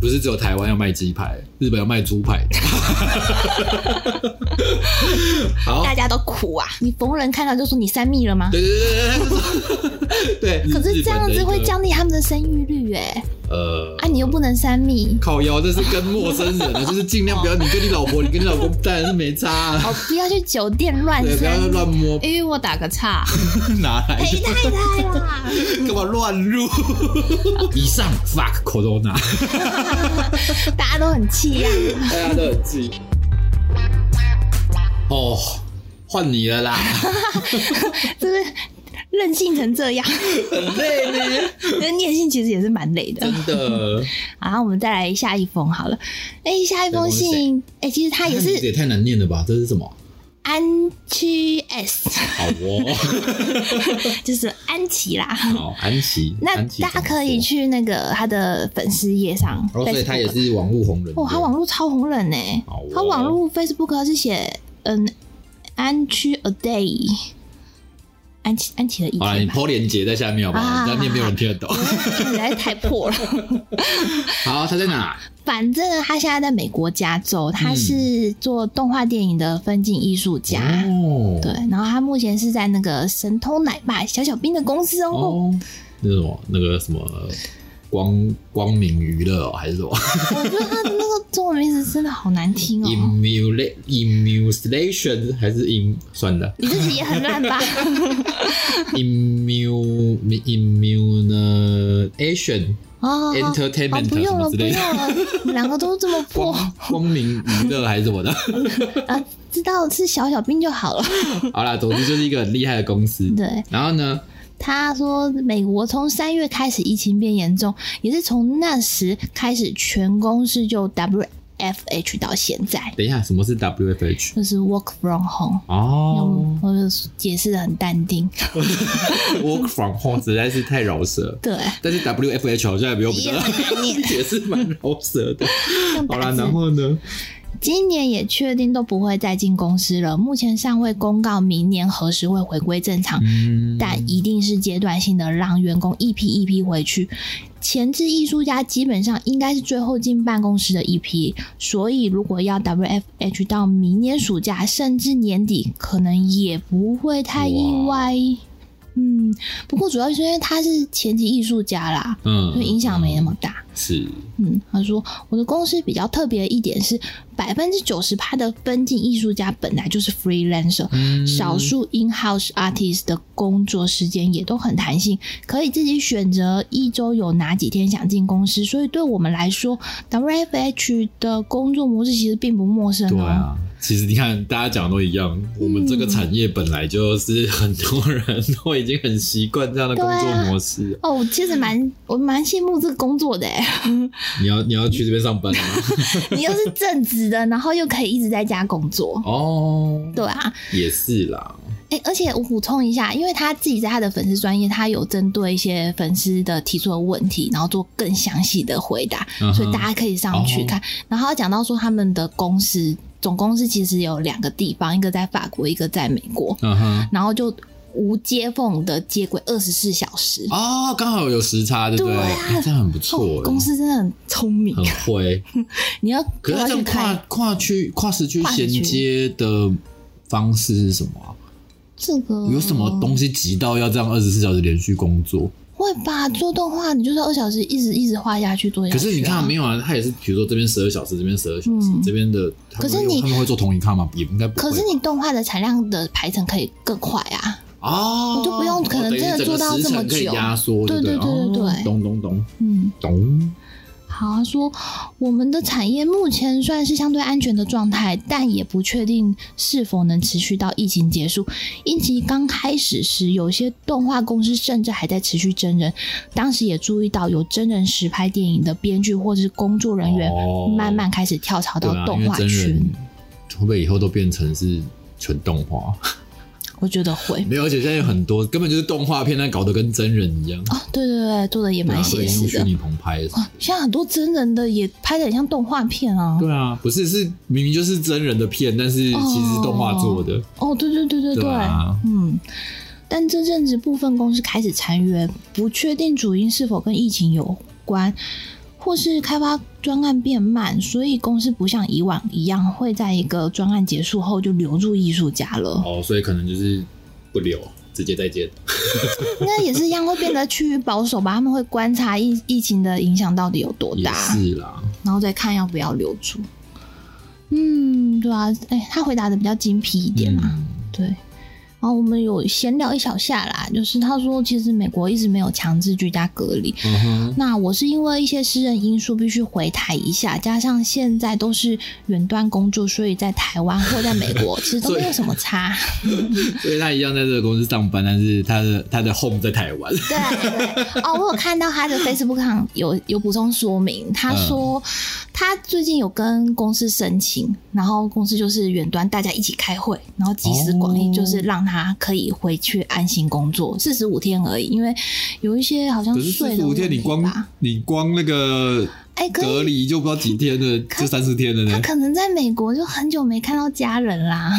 不是只有台湾要卖鸡排，日本要卖猪排。 好，大家都苦啊！你逢人看到就说你三密了吗？对对对对对对。可是日这本样的一子会个降低他们的生育率哎、呃啊，你又不能三密，靠腰，这是跟陌生人啊，就是尽量不要你跟你老婆，你跟你老公当然是没差、啊，哦，不要去酒店乱对，不要三密，哎乱摸，因为我打 个岔，哪来陪的？哎太太啦。干嘛乱入？ 以上 fuck corona， 大家都很气呀、啊大家都很气。哦，换你了啦，就是任性成这样，很累呢，那念信其实也是蛮累的。真的。然后我们再来下一封好了，哎、下一封下一信，哎、其实它也这名字是也太难念了吧？这是什么？安区 S，好哦，就是安琪啦。好安琪。那安琪大家怎么可以说。去那个他的粉丝页上哦，所以他也 Facebook 是网络红人。哦，他网络超红人呢、好哦他网络 Facebook 是写嗯安区 a day，安琪安琪的一好了，你天吧。 抛链接在下面好不好？啊你要念没有人听得懂。实在是太破了。 好，他在哪？反正他现在在美国加州，他是做动画电影的分镜艺术家。嗯哦，对，然后他目前是在那个神偷奶爸小小兵的公司哦，哦，那什么那个什么光光明娱乐哦，还是什么我觉得他的那个中文名字真的好难 听哦， immula immulation 还是 im 算 了你自己也很烂吧？ immu immunation 哦， entertainment 啊哦，不什用么了，之不类用的，了， 你们两个都这么破光光明娱乐还是什么的。 啊，知道是小小兵就好了。 好啦，总之就是一个很厉害的公司。对，然后呢，他说，美国从三月开始疫情变严重，也是从那时开始，全公司就 WFH 到现在，等一下，什么是 WFH？就是 work from home。哦、我就解释的很淡定， w o r k from home 实在是太饶舌。对，但是 WFH 好像也没有比较也很难 念也是蛮饶舌的。用好打啦，字然。后呢？今年也确定都不会再进公司了，目前尚未公告明年何时会回归正常，嗯，但一定是阶段性的让员工一批一批回去。前置艺术家基本上应该是最后进办公室的一批，所以如果要 WFH 到明年暑假甚至年底，可能也不会太意外。嗯，不过主要是因为他是前期艺术家啦，嗯所以影响没那么大。是嗯，他说我的公司比较特别的一点是，百分之九十趴的分镜艺术家本来就是 freelancer，、嗯少数 in house artist 的工作时间也都很弹性，可以自己选择一周有哪几天想进公司，所以对我们来说，WFH 的工作模式其实并不陌生对哦。啊。其实你看，大家讲的都一样，我们这个产业本来就是很多人都已经很习惯这样的工作模式。哦，其实蛮我蛮羡慕这个工作的哎，你要你要去这边上班了吗？ 你又是正职的，然后又可以一直在家工作，哦，对啊，也是啦。哎、而且我补充一下，因为他自己在他的粉丝专业，他有针对一些粉丝的提出的问题，然后做更详细的回答，嗯哼哦所以大家可以上去看。然后他讲到说，他们的公司总公司其实有两个地方，一个在法国，一个在美国，嗯哼，然后就无接缝的接轨二十四小时。哦，刚好有时差，对不对？对啊哦哎这样很不错耶，公司真的很聪明很， 会。你要可是这要去样跨看跨区跨时区跨时衔区接的方式是什么啊？这个有什么东西急到要这样二十四小时连续工作？会吧？做动画你就是二小时一直一直画下去，做下可去、啊。是你看没有啊？他也是，比如说这边十二小时，这边十二小时，嗯这边的，他们可是有你他们会做同一咖吗？也应该不会吧。可是你动画的产量的排程可以更快啊。哦，你就不用可能哦等于真的整个做到时这么程可以久压缩对对对对对哦对懂懂懂嗯，懂。好，他说我们的产业目前算是相对安全的状态，但也不确定是否能持续到疫情结束。疫情刚开始时，有些动画公司甚至还在持续真人，当时也注意到有真人实拍电影的编剧或是工作人员哦慢慢开始跳槽对到啊，因动为画真圈，人会不会以后都变成是纯动画？我觉得会。没有，而且现在有很多根本就是动画片，但搞得跟真人一样，哦，对对对，做的也对啊蛮都写已经实用虚的。哦拟棚拍了。现在很多真人的也拍的很像动画片啊。对啊，不是，是明明就是真人的片，但是其实动画做的。哦，对对哦对对对，对啊嗯。但这阵子部分公司开始裁员，不确定主因是否跟疫情有关。或是开发专案变慢，所以公司不像以往一样会在一个专案结束后就留住艺术家了。哦，所以可能就是不留，直接再见。那也是一样会变得趋于保守吧，他们会观察疫疫情的影响到底有多也大，是啦，然后再看要不要留住。嗯，对啊，哎、他回答的比较精辟一点啊。嗯，对，然后我们有闲聊一小下啦，就是他说，其实美国一直没有强制居家隔离。嗯哼，那我是因为一些私人因素必须回台一下，加上现在都是远端工作，所以在台湾或在美国 其实都没有什么差。所以他一样在这个公司上班，但是他的他的 home 在台湾。对对哦，我有看到 他的 Facebook 上有有补充说明，他说嗯他最近有跟公司申请，然后公司就是远端大家一起开会，然后集思广益，哦就是让他可以回去安心工作四十五天而已，因为有一些好像可是睡四的十五问天，你题光吧，你光那个哎，可隔以。离就不知道几天了，就三四天了他呢。可能在美国就很久没看到家人 啦，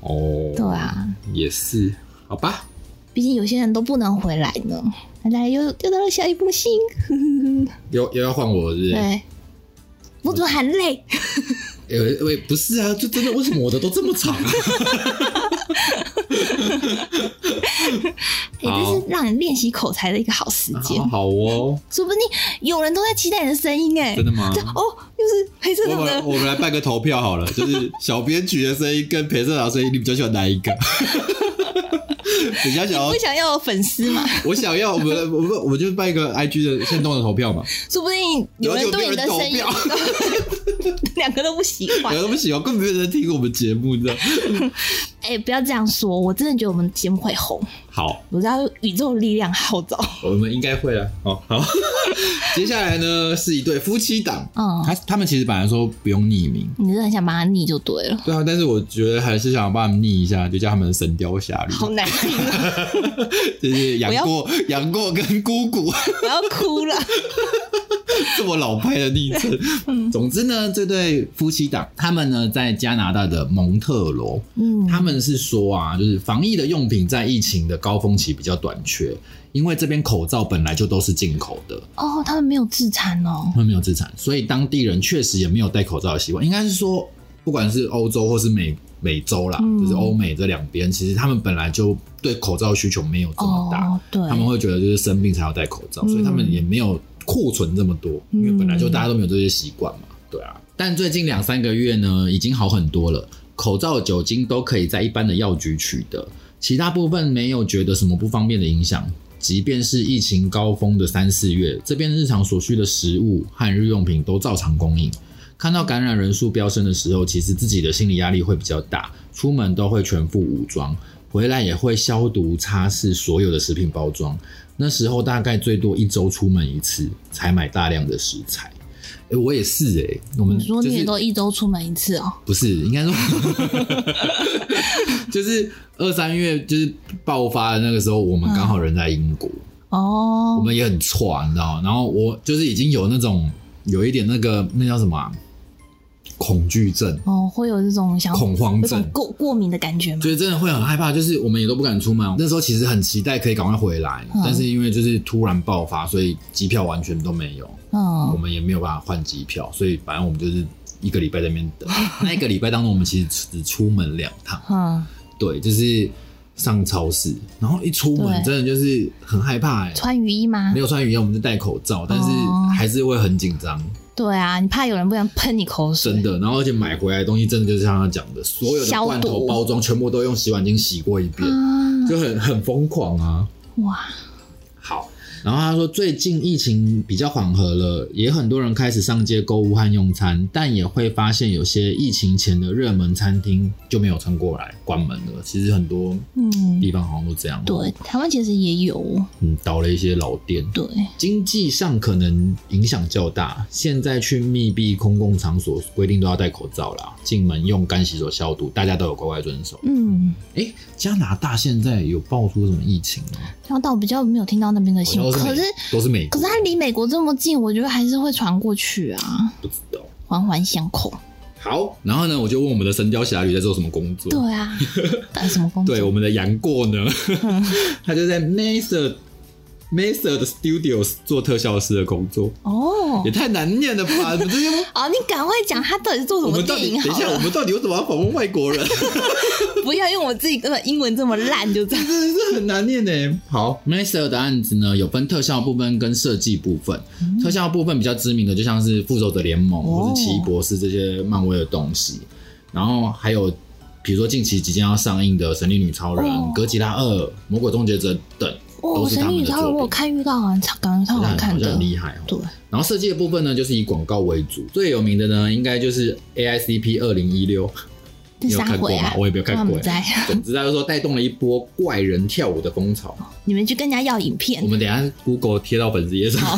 哦，对，啊，也是，好吧。毕竟有些人都不能回来呢。大家又又到了下一步 星，又又要换我是不是？对，我怎么喊累？呃，喂，不是啊，就真的为什么我的都这么长、啊？哎、好这是让你练习口才的一个好时间， 好好哦，说不定有人都在期待你的声音哎、真的吗？哦，又是黑社我长们的，我们来办个投票好了， 就是小编曲的声音跟陪社长的声音，你比较喜欢哪一个？比较想要不，想要有粉丝 嘛？我想要，我们我们我们就办一个 IG 的限动的投票嘛，说不定有人对你的声音有人 两个都不喜 欢有。人不喜欢，根本没有人听我们节目，你知道？哎、不要这样说，我真的觉得我们节目会红，好，我知道宇宙力量号召。我们应该会了。好好，接下来呢是一对夫妻档，嗯他他们其实本来说不用匿名，你是很想把它逆就对了，对啊，但是我觉得还是想帮他们逆一下，就叫他们《神雕侠侣好》，难听啊，就是我杨要过、 杨过跟姑姑。 我要哭了。这么老派的昵嗯称。总之呢，这对夫妻档，他们呢在加拿大的蒙特罗，嗯，他们是说啊，就是防疫的用品在疫情的高峰期比较短缺，因为这边口罩本来就都是进口的，哦，他们没有自残哦他。们没有自产，所以当地人确实也没有戴口罩的习惯。应该是说，不管是欧洲或是美美洲啦，嗯就是欧美这两边，其实他们本来就对口罩需求没有这么大。哦，对，他们会觉得就是生病才要戴口罩，嗯所以他们也没有库存这么多，因为本来就大家都没有这些习惯嘛。对啊，但最近两三个月呢，已经好很多了，口罩、酒精都可以在一般的药局取得，其他部分没有觉得什么不方便的影响。即便是疫情高峰的三四月，这边日常所需的食物和日用品都照常供应。看到感染人数飙升的时候，其实自己的心理压力会比较大，出门都会全副武装，回来也会消毒擦拭所有的食品包装。那时候大概最多一周出门一次，才买大量的食材。哎、我也是哎、我们你说就你也是都一周出门一次哦？不是，应该说 就是二三月就是爆发的那个时候，我们刚好人在英国，哦，我们也很挫，你知道吗？然后我就是已经有那种有一点那个那叫什么啊、恐惧症、哦会有这种想恐慌有症种，过过敏的感觉吗？就是真的会很害怕，就是我们也都不敢出门。那时候其实很期待可以赶快回来，嗯但是因为就是突然爆发，所以机票完全都没有，我嗯，们也没有办法换机票，所以反正我们就是一个礼拜在那边等。那一个礼拜当中，我们其实只出门两趟，嗯，对，就是上超市，然后一出门对真的就是很害怕、欸，穿雨衣吗没？有穿雨衣，我们就戴口罩，但是哦还是会很紧张，对啊，你怕有人不想喷你口水？真的。然后而且买回来的东西，真的就是像他讲的，所有的消罐头毒包装全部都用洗碗巾洗过一遍，啊，就很 很疯狂啊。哇，好，然后他说最近疫情比较缓和了，也很多人开始上街购物和用餐，但也会发现有些疫情前的热门餐厅就没有撑过来，关门了。其实很多嗯，地方好像都这样，哦对，，台湾其实也有，嗯，倒了一些老店。对，经济上可能影响较大，现在去密闭公共场所规定都要戴口罩啦，进门用干洗手消毒，大家都有乖乖遵守。嗯，哎、加拿大现在有爆出什么疫情吗？然后倒比较没有听到那边的新闻，好像可都是是美都是美国，可是它离美国这么近，我觉得还是会传过去啊，不知道。环环相扣。好，然后呢，我就问我们的《神雕侠侣》在做什么工作？对啊，干什么工作？ 对，我们的杨过呢，他就在 NASA Method Studios 做特效师的工作，哦也太难念了 吧？你们这些，哦，你赶快讲他到底是做什我么们到电底影等一好下，我了，们到底为什么要访问外国人？不要用我自己根本英文这么烂哎就这样。真的是很难念呢。好 m a s t e r 的案子呢，有分特效部分跟设计部分。特效部分比较知名的，就像是《复仇者联盟》嗯哦或是《奇异博士》这些漫威的东西，然后还有比如说近期即将要上映的《神力女超人》哦哥吉拉二》《魔鬼终结者》等，哦，都是神他力们女的超人作我有品。看预告啊，超感觉超好好像看好像的很，厉害哦。对，然后设计的部分呢，就是以广告为主，最有名的呢，应该就是 AICP 二零一六。第你有三看过回吗啊？，我也没有看他过耶。们在，总之，他就说带动了一波怪人跳舞的风潮。 你们去跟人家要影片我，们等一下 Google 贴到粉丝页上，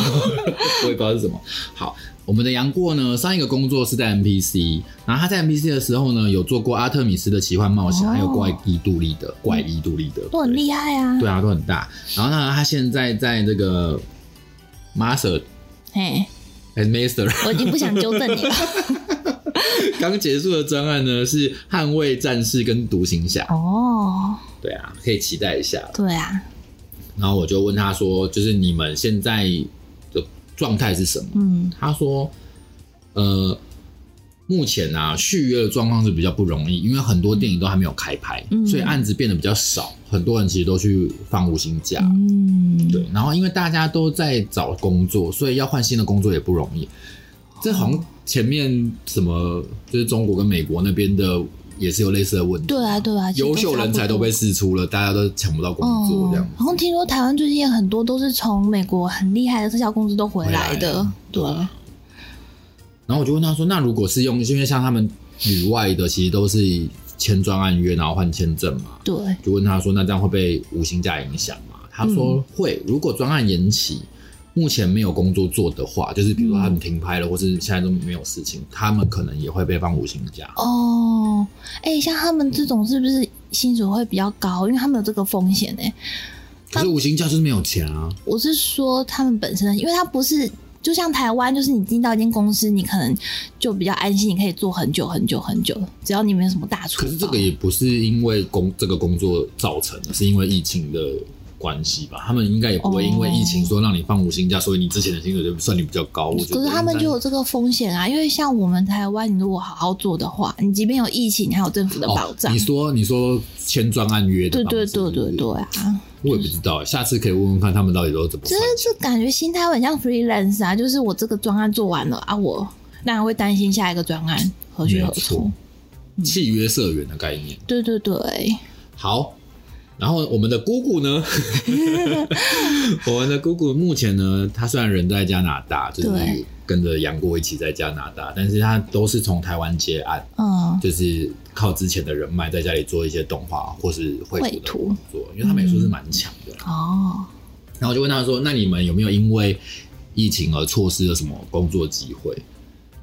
我也不知道是什么。好，我们的杨过呢，上一个工作是在 NPC，然后他在 NPC 的时候呢，有做过阿特米斯的奇幻冒险，哦还有怪伊杜利的怪伊杜利的，都很厉害啊害。对啊，都很大。然后呢，他现在在这个 Master 哎， and Master 我已经不想纠正你了。 刚结束的专案呢是捍卫战士跟独行侠，哦，对啊，可以期待一下。对啊，然后我就问他说，就是你们现在的状态是什么？嗯，他说，呃，目前啊续约的状况是比较不容易，因为很多电影都还没有开拍，嗯所以案子变得比较少，很多人其实都去放无薪假。嗯，啊对，然后因为大家都在找工作，所以要换新的工作也不容易。这好像前面什么就是中国跟美国那边的也是有类似的问题。对啊，对啊，其实优秀差不人才都多哦被试出了，大家都抢不到工作，这样子然后听说台湾最近很多都是从美国很厉害的特效公司都回来回来的了，嗯对，对然后我就问他说：“那如果是用，因为像他们旅外的，其实都是签专案约，然后换签证嘛。对，就问他说：那这样会被无薪假影响吗？他嗯说会。如果专案延期，目前没有工作做的话，就是比如说嗯他们停拍了，或是现在都没有事情，他们可能也会被放无薪假。哦，哎，像他们这种是不是薪水会比较高？因为他们有这个风险哎、可是无薪假就是没有钱啊，我是说他们本身的，因为他不是。就像台湾，就是你进到一间公司，你可能就比较安心，你可以做很久很久很久，只要你没有什么大出。可是这个也不是因为工这个工作造成的，是因为疫情的。关系吧，他们应该也不会因为哦疫情说让你放无薪假，所以你之前的薪水就算你比较高。我觉得可是他们应该就有这个风险啊，因为像我们台湾，你如果好好做的话，你即便有疫情，你还有政府的保哦、障。你说你说签专案约的对方对式对对，对啊！我也不知道，下次可以问问看他们到底都怎么就是算。这感觉心态很像 freelance 啊，就是我这个专案做完了啊，我当然会担心下一个专案何没去有何错从。，嗯契约社员的概念。对对对，好，然后我们的姑姑 呢？我们的姑姑目前呢，她虽然人在加拿大，就是对跟着杨过一起在加拿大，但是她都是从台湾接案，嗯，就是靠之前的人脉，在家里做一些动画或是绘绘图图的工作，因为她美术是蛮强的啦。哦，然后我就问他说：“那你们有没有因为疫情而错失了什么工作机会？”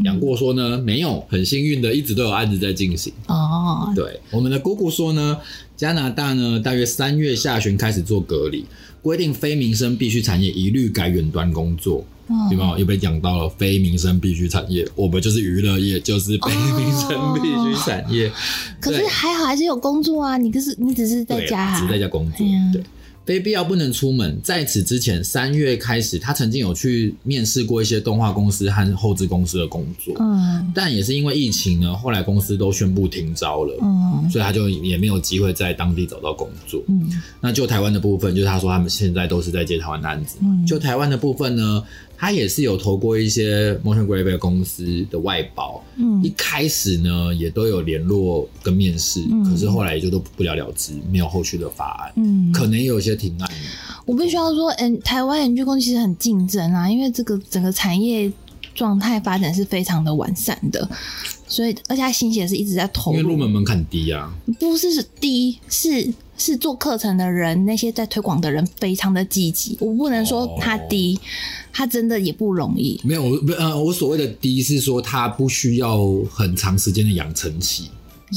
杨过说呢，没有，很幸运的，一直都有案子在进行。哦，对，我们的姑姑说呢，加拿大呢，大约三月下旬开始做隔离，规定非民生必需产业一律改远端工作。嗯有没有又被讲到了非民生必需产业？我们就是娱乐业，就是非民生必需产业。可是对还好还是有工作啊，你可是你只是在对家、啊只，在家工作，哎呀对。非必要不能出门。在此之前，三月开始，他曾经有去面试过一些动画公司和后置公司的工作，嗯但也是因为疫情呢，后来公司都宣布停招了，嗯所以他就也没有机会在当地找到工作。嗯那就台湾的部分，就是他说他们现在都是在接台湾的案子。嗯，就台湾的部分呢，他也是有投过一些 motion graphic 公司的外包，嗯一开始呢也都有联络跟面试，嗯可是后来也就都不了了之，没有后续的法案，嗯，可能也有一些停案。我必须要说，嗯，台湾 NG 公司其实很竞争啊，因为这个整个产业状态发展是非常的完善的，所以而且它新血是一直在投因为入，入门门槛低啊，不是低，是是做课程的人，那些在推广的人非常的积极。我不能说它哦低，它真的也不容易。没有我不呃，我所谓的低是说它不需要很长时间的养成期，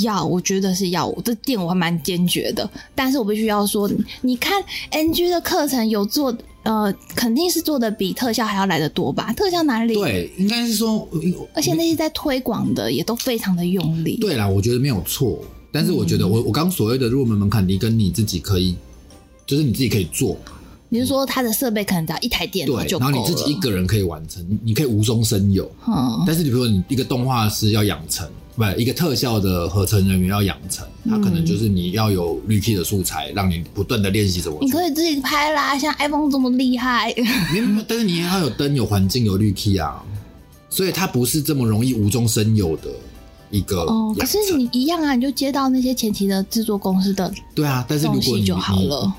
要，我觉得是要。我这点我还蛮坚决的，但是我必须要说，你看 NG 的课程有做，呃，肯定是做的比特效还要来的多吧？特效哪里？对，应该是说，呃而且那些在推广的也都非常的用力。，对啦，我觉得没有错，嗯但是我觉得我我刚所谓的入门门槛低，跟你自己可以，就是你自己可以做，你是说它的设备可能只要一台电脑对就，够然后了？你自己一个人可以完成，你可以无中生有。嗯但是，你比如说你一个动画师要养成，不，一个特效的合成人员要养成，他可嗯能就是你要有绿 key 的素材，让你不断的练习怎么去。你可以自己拍啦，像 iPhone 这么厉害，没有没有，但是你也要有灯、有环境、有绿 key 啊，所以它不是这么容易无中生有的一个哦，可养是成你一样啊，你就接到那些前期的制作公司的对啊，但是如东果你西就好了。你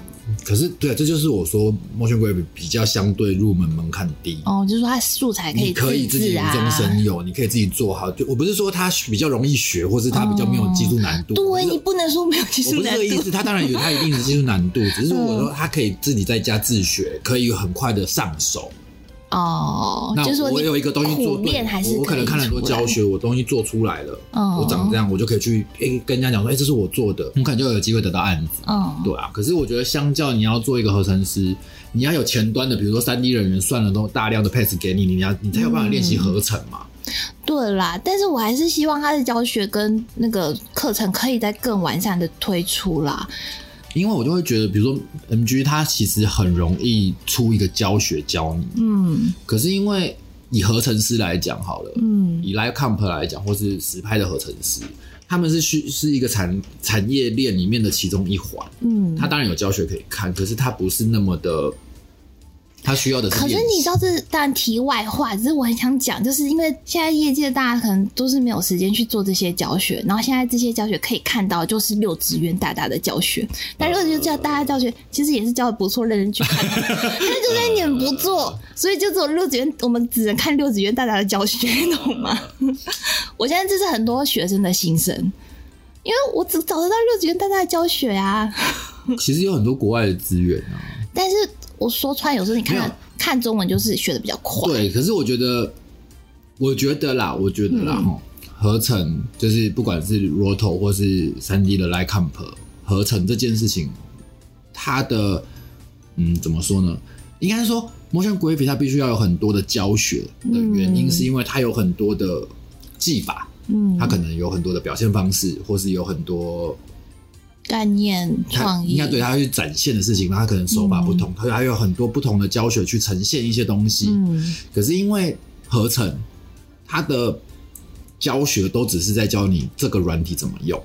可是对、啊，这就是我说《墨轩鬼》比较相对入门门槛低。哦，就是说它素材可你以可以自自己制无啊，中生有，你可以自己做好。就我不是说它比较容易学，或是它比较没有技术难度。我哦对不是你不能说没有技我术不是难这个意度。嗯思，他当然有他一定的技术难度，只是说我说他可以自己在家自学，可以很快的上手。哦，那就是说我你有一个东西做苦对练了还是我我可能以看了很多出来教学，我东西做出来了，嗯我长这样，我就可以去诶跟人家讲说，哎，这是我做的，我可能就有机会得到案子。嗯，对啊，可是我觉得相较你要做一个合成师，你要有前端的，比如说三 D 人员算了都大量的 pass 给你，你要你才有办法练习合成嘛。嗯对啦，但是我还是希望他的教学跟那个课程可以再更完善的推出啦。因为我就会觉得，比如说 MG 它其实很容易出一个教学教你，嗯可是因为以合成师来讲好了，嗯以 Live Comp 来讲，或是实拍的合成师，他们是需是一个产产业链里面的其中一环。嗯他，当然有教学可以看，可是他不是那么的，他需要的是可是练习你知道这当然题外话，只是我很想讲，就是因为现在业界大家可能都是没有时间去做这些教学，然后现在这些教学可以看到就是六职员大大的教学，嗯但六职员大大的教学其实也是教的不错，认真去看，但是就是你们不做，所以就只有六职员，我们只能看六职员大大的教学，你懂吗？ 我现在这是很多学生的心声，因为我只找得到六职员大大的教学啊，其实有很多国外的资源啊。但是我说穿，有时候你看没有到看中文就是学的比较快。对，可是我觉得，我觉得啦，我觉得啦，嗯吼合成就是不管是 Roto 或是三 D 的 Light Comp 合成这件事情，它的嗯怎么说呢？应该是说 Motion Graphic 它必须要有很多的教学的原因，嗯是因为它有很多的技法，嗯它可能有很多的表现方式，或是有很多概念他创意，应该对他去展现的事情嘛，他可能手法不同，他、还有很多不同的教学去呈现一些东西。嗯可是因为合成，它的教学都只是在教你这个软体怎么用，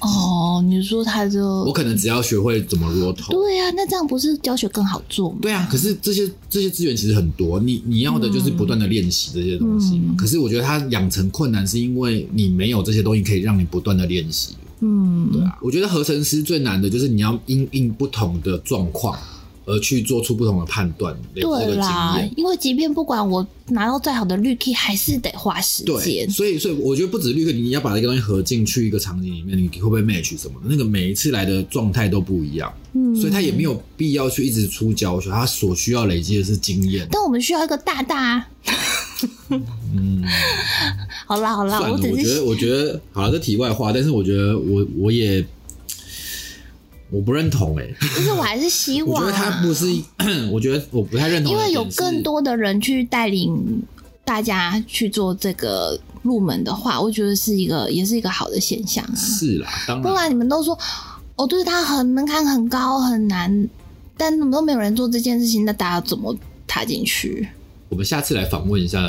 哦，你说他我就可能只要学会怎么 roll 头。对呀、啊那这样不是教学更好做吗？对啊，可是这些这些资源其实很多，你你要的就是不断的练习这些东西嘛。嗯可是我觉得它养成困难，是因为你没有这些东西可以让你不断的练习。对嗯，啊，我觉得合成师最难的就是你要因应不同的状况而去做出不同的判断，累积啊这个对经啦验。，因为即便不管我拿到再好的绿 key，还是得花时对，间。所以所以我觉得不止绿客，你要把这个东西合进去一个场景里面，你会不会 match 什么的，那个每一次来的状态都不一样，嗯，所以他也没有必要去一直出教学，他所需要累积的是经验。但我们需要一个大大。嗯，好啦好啦，算了，只我觉得是我觉得好了，这题外话，但是我觉得我我也我不认同哎、就是我还是希我望觉啊得他不是， 我觉得我不太认同因的点为是，有更多的人去带领大家去做这个入门的话，我觉得是一个也是一个好的现象啊。是啦，当不然你们都说哦，对它很门槛很高很难，但怎么都没有人做这件事情，那大家怎么踏进去？我们下次来访问一下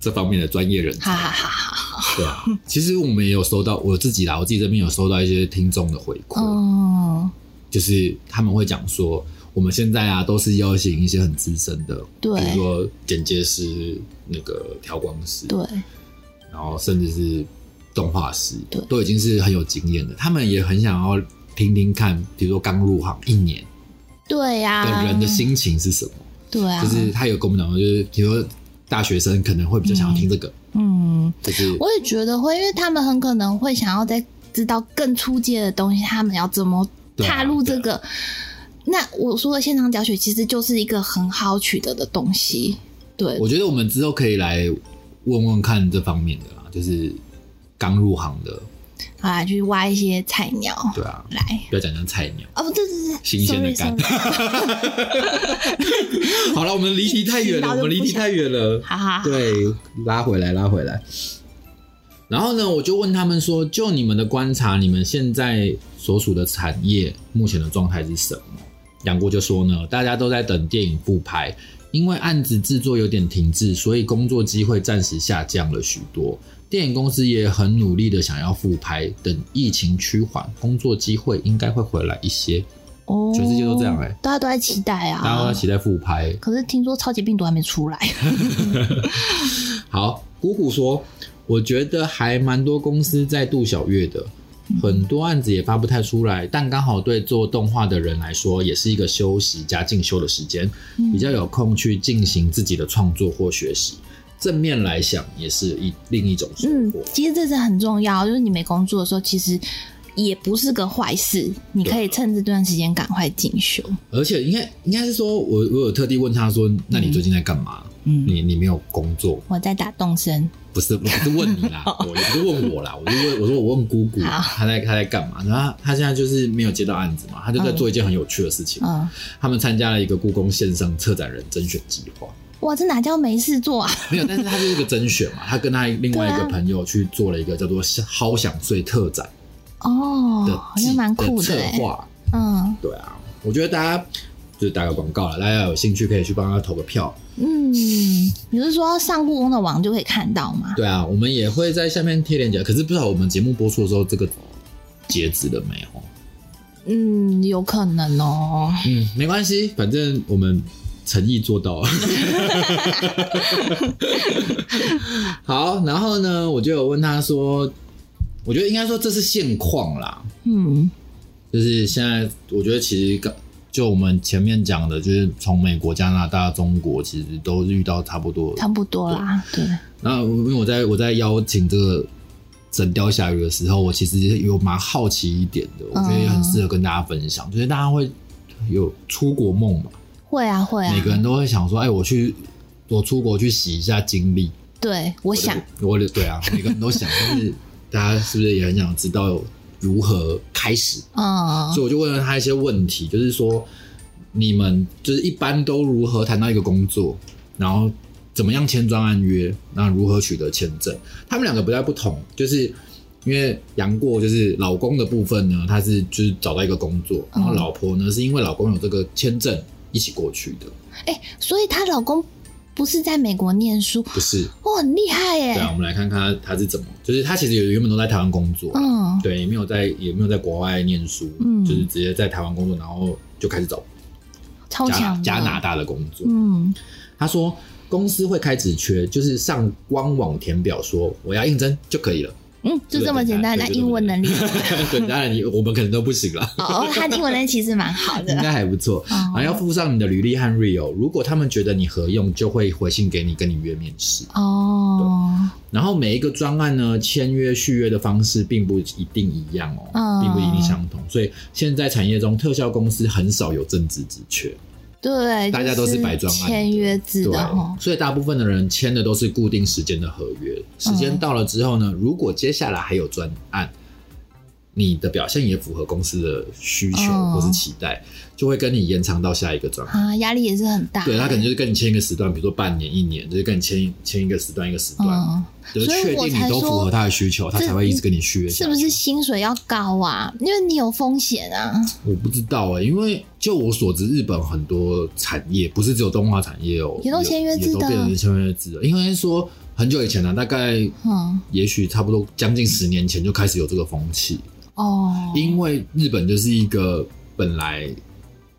这方面的专业人才。哈哈哈哈！对啊，其实我们也有收到，我自己啦，我自己这边有收到一些听众的回馈，嗯，就是他们会讲说，我们现在啊都是邀请一些很资深的，对比如说剪接师、那个调光师，对，然后甚至是动画师，对都已经是很有经验的，他们也很想要听听看，比如说刚入行一年对呀、的人的心情是什么，对啊，就是他有跟我们讲说，就是比如说大学生可能会比较想要听这个，嗯，就是我也觉得会，因为他们很可能会想要再知道更出界的东西，他们要怎么对啊踏入这个。那我说的现场教学其实就是一个很好取得的东西，对，我觉得我们之后可以来问问看这方面的啦，就是刚入行的，好啦，去挖一些菜鸟对啊，来。不要讲成菜鸟，哦，不对对对，新鲜的 sorry，干 sorry。 好了，我们离题太远了，我们离题太远了。好好好，对，拉回来，拉回来。然后呢，我就问他们说，就你们的观察，你们现在所属的产业目前的状态是什么？杨过就说呢，大家都在等电影复拍，因为案子制作有点停滞，所以工作机会暂时下降了许多。电影公司也很努力的想要复拍，等疫情趋缓，工作机会应该会回来一些。哦，全世界都这样欸大家都在期待啊，大家都在期待复拍。可是听说超级病毒还没出来， 好，姑姑说，我觉得还蛮多公司在度小月的，嗯很多案子也发不太出来，但刚好对做动画的人来说，也是一个休息加进修的时间，嗯比较有空去进行自己的创作或学习。正面来想，也是一另一种收嗯获。，其实这是很重要，就是你没工作的时候，其实也不是个坏事，你可以趁这段时间赶快进修。而且应该应该是说我我有特地问他说，那你最近在干嘛？嗯，你你没有工作，我在打动身，不是，我是问 你啦，我不是问我啦，我就问我说我问姑姑，好她在她在干嘛？然后她她现在就是没有接到案子嘛，她就在做一件很有趣的事情，嗯，他们参加了一个故宫线上策展人甄选计划，哇，这哪叫没事做啊？没有，但是她就是一个甄选 嘛，她跟她另外一个对啊朋友去做了一个叫做“好想睡”特展哦的计、，好像哦蛮酷的的策哎、划，嗯对啊，我觉得大家就是打个广告了，大家有兴趣可以去帮她投个票，嗯，你是说上故宫的网就可以看到吗？对啊，我们也会在下面贴链接，可是不知道我们节目播出的时候这个截止了没有？嗯，有可能哦。嗯，没关系，反正我们诚意做 到了。好，然后呢，我就有问他说，我觉得应该说这是现况啦，嗯就是现在，我觉得其实刚就我们前面讲的，就是从美国、加拿大、中国，其实都遇到差不多的。差不多啦，对，那因为我在我在邀请这个神雕侠侣的时候，我其实有蛮好奇一点的，我觉得也很适合跟大家分享，就是大家会有出国梦嘛。会啊会啊，每个人都会想说，哎、我去，我出国去洗一下经历。对，我我想，我对 啊，每个人都想，但是大家是不是也很想知道如何开始？嗯所以我就问了他一些问题，就是说，你们就是一般都如何谈到一个工作，然后怎么样签专案约，那如何取得签证？他们两个不太不同，就是。因为杨过就是老公的部分呢，他是就是找到一个工作，然后嗯老婆呢是因为老公有这个签证一起过去的，哎、所以她老公不是在美国念书，不是哇，很厉害耶、对啊，我们来看看他他是怎么，就是他其实有原本都在台湾工作，嗯，对，也没有在也没有在国外念书，嗯就是直接在台湾工作，然后就开始找超加拿强的加拿，大的工作。嗯他说公司会开职缺，就是上官网填表说我要应征就可以了。嗯，就这么简单，但英文能力， 对，当然你我们可能都不行了，哦，他英文能力其实蛮好应的，该还不错。然后要啊哦附上你的履历和 real，如果他们觉得你合用，就会回信给你，跟你约面试。哦，然后每一个专案呢，签约续约的方式并不一定一样哦，嗯并不一定相同。所以现在产业中，特效公司很少有正职职缺，对，大家都是是白专案的签约制对的哦，，所以大部分的人签的都是固定时间的合约。时间到了之后呢，如果接下来还有专案，你的表现也符合公司的需求嗯或是期待，就会跟你延长到下一个专案。啊，压力也是很大，对他可能就是跟你签一个时段，比如说半年、一年，就是跟你签签一个时段一个时段，嗯，就是所以确我定才你都符说合他的需求，他这才会一直跟你续约下是去。不是薪水要高啊？因为你有风险啊，我不知道哎、因为就我所知，日本很多产业不是只有动画产业哦，也都签约制的啊也都变成签约制的。因为说很久以前了、啊大概嗯，也许差不多将近十年前就开始有这个风气，哦，因为日本就是一个本来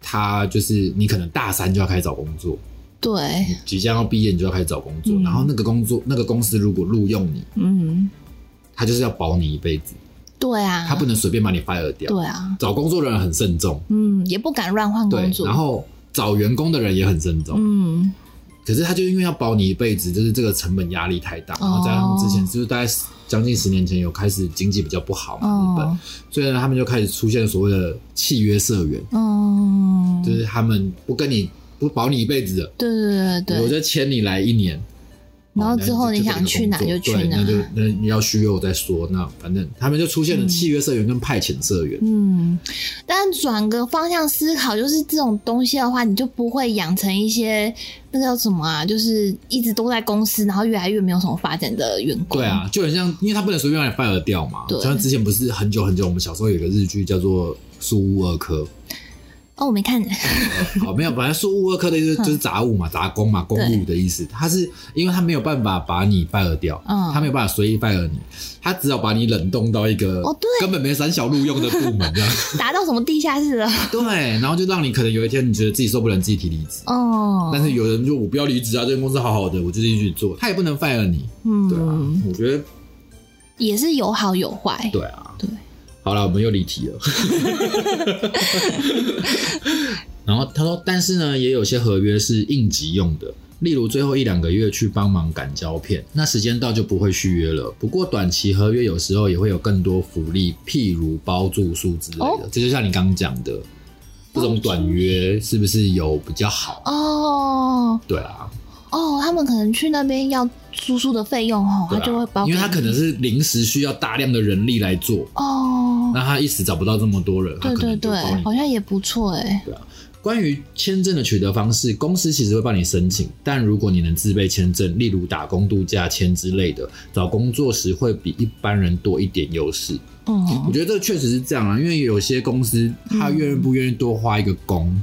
他就是你可能大三就要开始找工 作，对，即将要毕业你就要开始找工作，嗯然后那个工作那个公司如果录用你，嗯，他就是要保你一辈子，对啊，他不能随便把你 fire 掉。对啊，找工作的人很慎重，嗯，也不敢乱换对工，作，然后找员工的人也很慎重。嗯，可是他就因为要保你一辈子，就是这个成本压力太大，哦然后加上之前就是大概将近十年前有开始经济比较不好嘛，日本，哦，所以呢他们就开始出现所谓的契约社员，嗯，就是他们不跟你不保你一辈子的，对对对我对对，就签你来一年，然后哦那之后你就想去哪这个就工作去哪对那就那要续约我再说，那反正他们就出现了契约社员跟派遣社员，嗯，但转个方向思考，就是这种东西的话，你就不会养成一些那个叫什么啊，就是一直都在公司，然后越来越没有什么发展的员工。对，啊，就很像，因为他不能随便把你 fire 掉嘛。嗯对像之前不是很久很久，我们小时候有一个日剧叫做《苏乌二科》，哦，我没看， 好，哦没有，本来说乌俄克的就是嗯就是杂物嘛，杂工嘛，公务的意思。他是因为他没有办法把你 fire 掉，嗯他没有办法随意 fire 你，他只好把你冷冻到一个哦对根本没三小路用的部门这 样。达到什么地下室了？对，然后就让你可能有一天你觉得自己受不了，你自己提离职。哦，但是有人就我不要离职啊，这间公司好好的，我就继续做，他也不能 fire 你，对啊，嗯，我觉得也是有好有坏。对啊，对。好了，我们又离题了。 然后他说，但是呢，也有些合约是应急用的，例如最后一两个月去帮忙赶胶片，那时间到就不会续约了。不过短期合约有时候也会有更多福利，譬如包住宿之类的。哦这就像你刚刚讲的，这种短约是不是有比较好？哦对啊，哦，他们可能去那边要住宿的费用哦，对他啊就会包给因你，为他可能是临时需要大量的人力来做，哦，那他一时找不到这么多人，他对可对能就对包你，啊好像也不错哎。关于签证的取得方式，公司其实会帮你申请，但如果你能自备签证，例如打工度假签之类的，找工作时会比一般人多一点优势。我嗯，觉得这确实是这样啊，因为有些公司他愿不愿意多花一个工，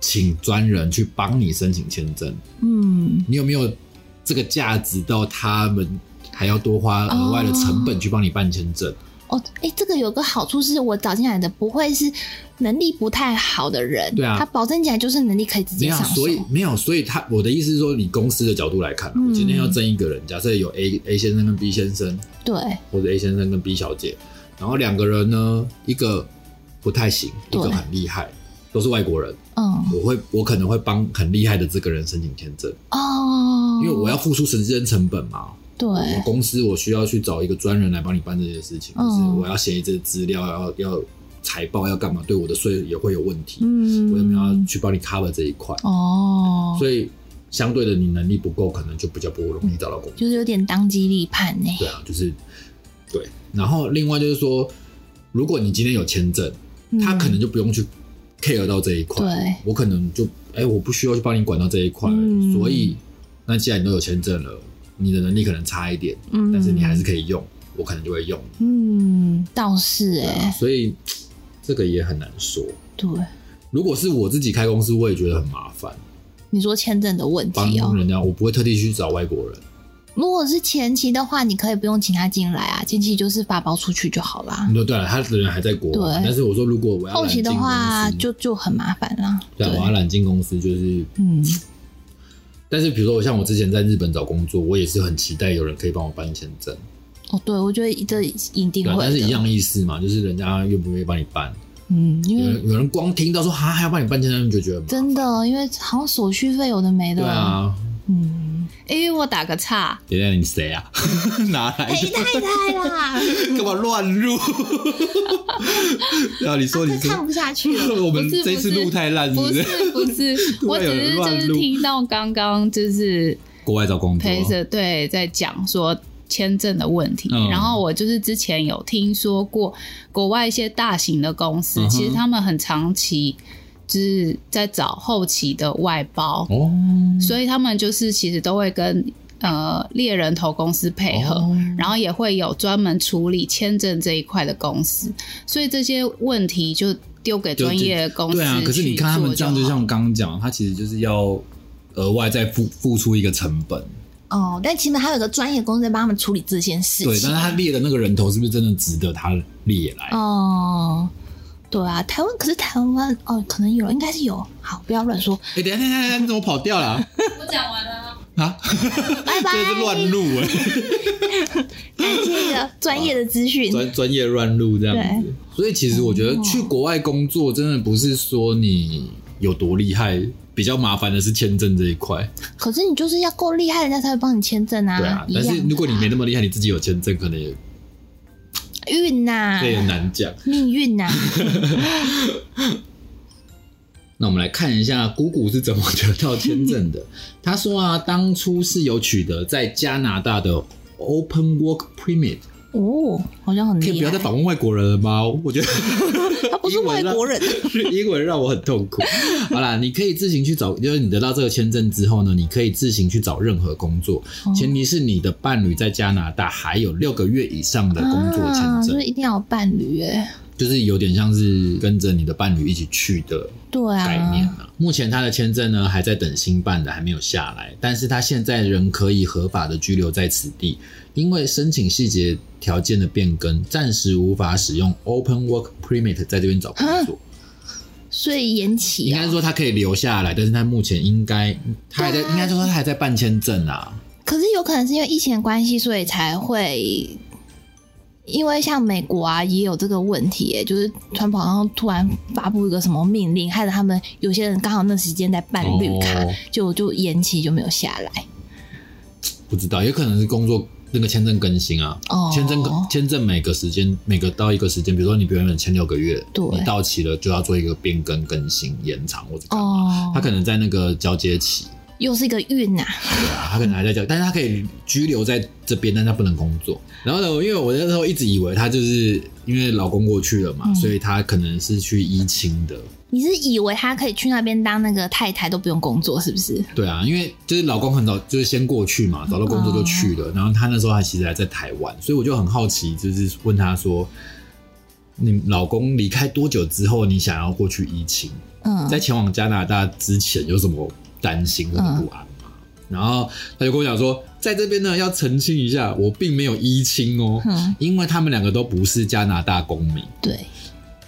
请专人去帮你申请签证，嗯，你有没有这个价值到他们还要多花额外的成本去帮你办签证？哦，哎，这个有个好处是我找进来的不会是能力不太好的人，对啊他保证起来就是能力可以直没接有上，手。所以没有，所以他我的意思是说，以公司的角度来看啊，嗯我今天要争一个人，假设有 A A 先生跟 B 先生，对或者 A 先生跟 B 小姐，然后两个人呢，一个不太行，一对个很厉害，都是外国人，嗯我会我可能会帮很厉害的这个人申请签证，哦，因为我要付出时间成本嘛。对我公司我需要去找一个专人来帮你办这些事情，就是嗯我要写一些资料，要要财报要干嘛，对我的税也会有问题，嗯，我有没有要去帮你 cover 这一块？哦，所以相对的，你能力不够，可能就比较不容易找到工作。就是有点当机立判呢、对啊，就是对。然后另外就是说，如果你今天有签证，嗯他可能就不用去 care 到这一块。对我可能就哎、我不需要去帮你管到这一块，嗯所以那既然你都有签证了，你的能力可能差一点，嗯但是你还是可以用，我可能就会用。啊嗯，倒是哎、所以这个也很难说。对，如果是我自己开公司，我也觉得很麻烦，你说签证的问帮题哦、人家，我不会特地去找外国人。如果是前期的话，你可以不用请他进来啊，前期就是发包出去就好啦。对对了，他人还在国外，对但是我说如果我要后揽嗯期进的话公司就就很麻烦啦。对啊，我要揽进公司就是，嗯，但是比如说我像我之前在日本找工作，我也是很期待有人可以帮我办签证，哦，对，我觉得这一定对啊，会但是一的。样意思嘛，就是人家愿不愿意帮你办，嗯，因有为人有人光听到说哈还要帮你办签证，就觉得麻真的，因为好像手续费有的没的。对，啊，嗯，哎、我打个岔，姐姐你谁啊？ 哪来裴的？哎太太啦， 干嘛乱入？对啊，你说你这说看不下去了。 我们不是这次不是录太烂，是不不是是？，不是 突我然只有是人乱就录是听到刚刚就是国外找工作，陪着对在讲说签证的问题，嗯然后我就是之前有听说过国外一些大型的公司，嗯哼其实他们很长期就是在找后期的外包，哦，所以他们就是其实都会跟呃猎人头公司配合。哦然后也会有专门处理签证这一块的公司，所以这些问题就丢给就专业公司对啊，可是你看他们去这样，做就好像我刚刚讲，他其实就是要额外再付付出一个成本。 哦，但起码还有一个专业公司在帮他们处理这件事对，情但是。他列的那个人头是不是真的值得他列来？哦，对啊，台湾可是台湾哦，可能有，应该是有。好，不要乱说，哎、等一下，等一下，等一下，你怎么跑掉了啊？我讲完了。啊，拜拜。 这是乱录哎、感谢一个 专业的资讯。啊专专业乱录这样子。所以其实我觉得去国外工作，真的不是说你有多厉害，比较麻烦的是签证这一块。可是你就是要够厉害，人家才会帮你签证啊。对啊，一但样是如果你没那么厉害，你自己有签证，可能也运呐、这也难讲。命 运呐、那我们来看一下姑姑是怎么得到签证的。她说啊，当初是有取得在加拿大的 Open Work Permit，哦，好像很可以厉不要害再。访问外国人了吗？我觉得他不是外 国人，英文让我很痛苦。好啦，你可以自行去找，就是你得到这个签证之后呢，你可以自行去找任何工作，哦前提是你的伴侣在加拿大还有六个月以上的工作签啊，证所。以一定要有伴侣哎。就是有点像是跟着你的伴侣一起去的对啊，概念啊。目前他的签证呢还在等新办的，还没有下来，但是他现在仍可以合法的居留在此地，因为申请细节条件的变更，暂时无法使用 Open Work Permit 在这边找工作。所以延期应啊该。说他可以留下来，但是他目前应该他还在，应该说他还在办签证啊。可是有可能是因为疫情的关系，所以才会。因为像美国啊，也有这个问题耶、就是川普好像突然发布一个什么命令，害得他们有些人刚好那时间在办绿卡，哦就就延期就没有下来。不知道，也可能是工作那个签证更新啊。哦签证签证每个时间每个到一个时间，比如说你原本签六个月，对你到期了就要做一个变更、更新、延长或者干嘛。哦他，可能在那个交接期，又是一个运呐、啊，对啊，他可能还在交，但是他可以居留在这边，但他不能工作。然后呢，因为我那时候一直以为他就是因为老公过去了嘛，嗯所以他可能是去依亲的。你是以为他可以去那边当那个太太都不用工作，是不是？对啊，因为就是老公很早就是先过去嘛，找到工作就去了。然后他那时候还其实还在台湾，所以我就很好奇，就是问他说：“你老公离开多久之后，你想要过去移情？嗯，在前往加拿大之前有什么担心或者不安吗？”嗯然后他就跟我讲说，在这边呢要澄清一下，我并没有移亲哦，嗯因为他们两个都不是加拿大公民。对，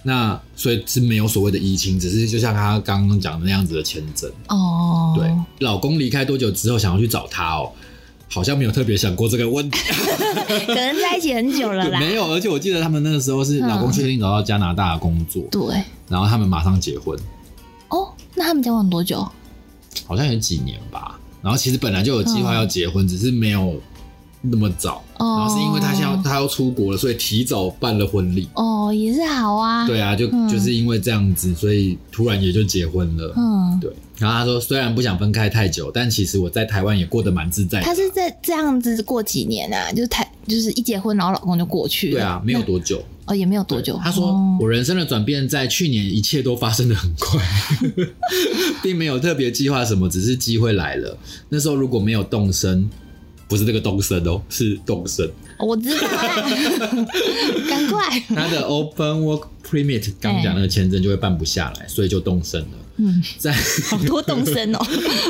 那所以是没有所谓的移情，只是就像他刚刚讲的那样子的签证。哦，对，老公离开多久之后想要去找她哦，好像没有特别想过这个问题，可能在一起很久了 啦。没有。而且我记得他们那个时候是嗯老公确定找到加拿大的工作，对，然后他们马上结婚，哦，那他们交往多久？好像有几年吧。然后其实本来就有计划要结婚，只是没有那么早。然嗯哦，后是因为他现在要他要出国了，所以提早办了婚礼。哦，也是好啊。，对啊，就嗯就是因为这样子，所以突然也就结婚了。嗯，对，然后他说虽然不想分开太久，但其实我在台湾也过得蛮自在的。啊他是在这样子过几年啊，就是他就是一结婚，然后老公就过去了。对啊，没有多久。哦，也没有多久。他说：“哦我人生的转变在去年，一切都发生的很 快，并没有特别计划什么，只是机会来了。那时候如果没有动身，不是这个动身哦，是动身。哦我知道啦，赶 快。他的 Open Work Permit 刚讲那个签证就会办不下哎来，所以就动身了。嗯，在 好多动身哦。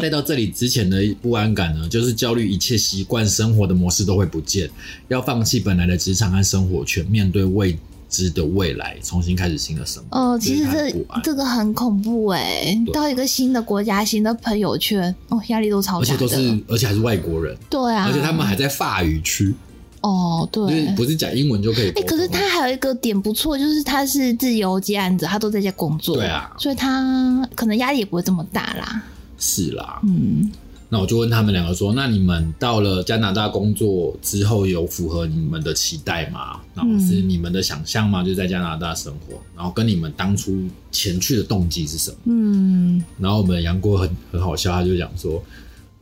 带到这里之前的不安感呢，就是焦虑一切习惯生活的模式都会不见，要放弃本来的职场和生活圈，面对未知的未来，重新开始新的生活。哦，其实这是他的这不安这个很恐怖哎，啊对到一个新的国家、新的朋友圈，哦，压力都超而且大都的。是，而且还是外国人，对啊，而且他们还在法语区，哦，就是对。不是讲英文就可以沟哎、通。可是他还有一个点不错，就是他是自由接案子，他都在家工作，对啊所以他可能压力也不会这么大啦。是啦，嗯，那我就问他们两个说：“那你们到了加拿大工作之后，有符合你们的期待吗？然嗯后是你们的想象吗？就在加拿大生活，然后跟你们当初前去的动机是什么？”嗯，然后我们杨过很很好笑，他就讲说，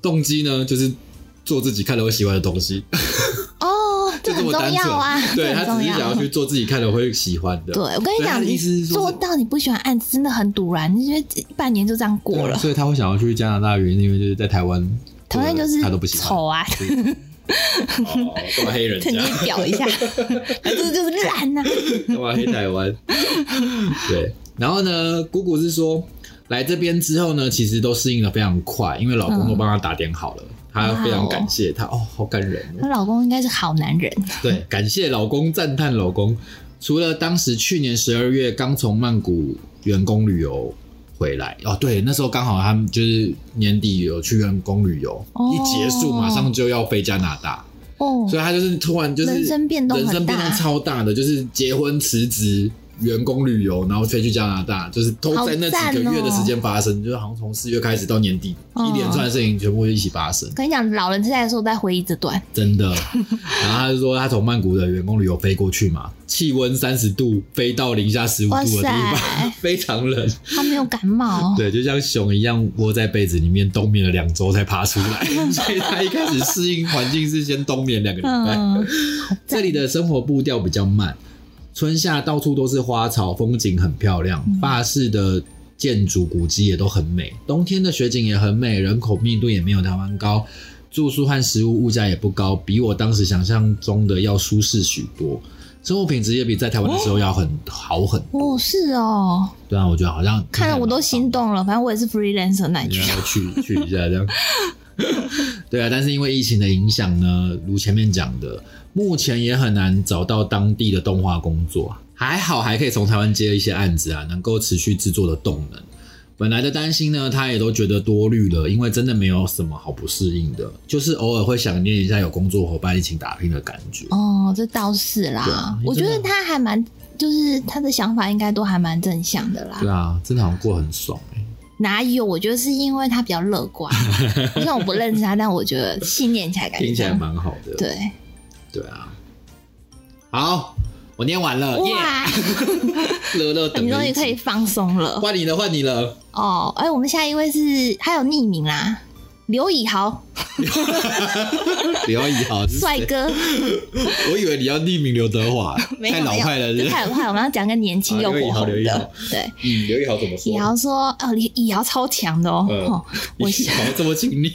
动机呢就是做自己看了会喜欢的东西，哦，就很这么重单纯要啊，对这他很重只是想要去做自己看了会喜欢的。对，我跟你所以他讲，的你意思是说做是到你不喜欢案子，真的很堵然，因为半年就这样过对啊了。所以他会想要去加拿大，原因因为就是在台湾，台湾就是他都不喜欢，丑啊，哦，干嘛黑人 趁家机，表一下，这就是啊懒呐、干嘛黑台湾？对，然后呢，姑姑是说来这边之后呢，其实都适应的非常快，因为老公都帮她打点好了，她非常感谢她，哦，好感人哦。她老公应该是好男人，对，感谢老公，赞叹老公。除了当时去年十二月刚从曼谷员工旅游回来哦，对，那时候刚好他们就是年底有去员工旅游，哦一结束马上就要飞加拿大，哦，所以他就是突然就是人生变动很人大生变动超大的，就是结婚辞职。员工旅游，然后飞去加拿大，就是都在那好赞几哦个月的时间发生，就是好像从四月开始到年底，嗯一连串的事情全部一起发生。跟你讲，老人痴呆的时候在回忆这段，真 的。然后他就说，他从曼谷的员工旅游飞过去嘛，气温三十度，飞到零下十五哇度的地塞方， 非常冷。他没有感冒，对，就像熊一样窝在被子里面冬眠了两周才爬出来， 所以他一开始适应环境是先冬眠两个礼拜。嗯，这里的生活步调比较慢，春夏到处都是花草，风景很漂亮，嗯法式的建筑古迹也都很美，冬天的雪景也很美，人口密度也没有台湾高，住宿和食物物价也不高，比我当时想象中的要舒适许多。生活品质也比在台湾的时候要很好很哦，是哦，对啊，我觉得好像看得我都心动了。反正我也是 freelancer 那一你句要， 去去一下这样。 对啊，但是因为疫情的影响呢，如前面讲的，目前也很难找到当地的动画工作。啊还好还可以从台湾接一些案子啊，能够持续制作的动能。本来的担心呢，他也都觉得多虑了，因为真的没有什么好不适应的，就是偶尔会想念一下有工作伙伴一起打拼的感觉。哦，这倒是对啊啦因。为我觉真的得他还蛮，就是他的想法应该都还蛮正向的啦对。啊，真的好像过很爽哎、哪有？我觉得是因为他比较乐 观。虽然我不认识他，但我觉得信念起来感觉听起来这样蛮好的。对。对啊，好，我念完了，耶！ 哇，乐乐等你终了一于可以集放松了换你了，换你 了。哦。哎，我们下一位是还有匿名啦，刘以豪，刘以豪是谁帅，哥。我以为你要匿名刘德华， 没有太老派了是不没有这 是太老派了，我们要讲个年轻又火啊红刘以豪刘以的豪。对，嗯，刘以豪怎么说以豪说：“哦，李以豪超强的哦，嗯哦我以豪这么 亲密，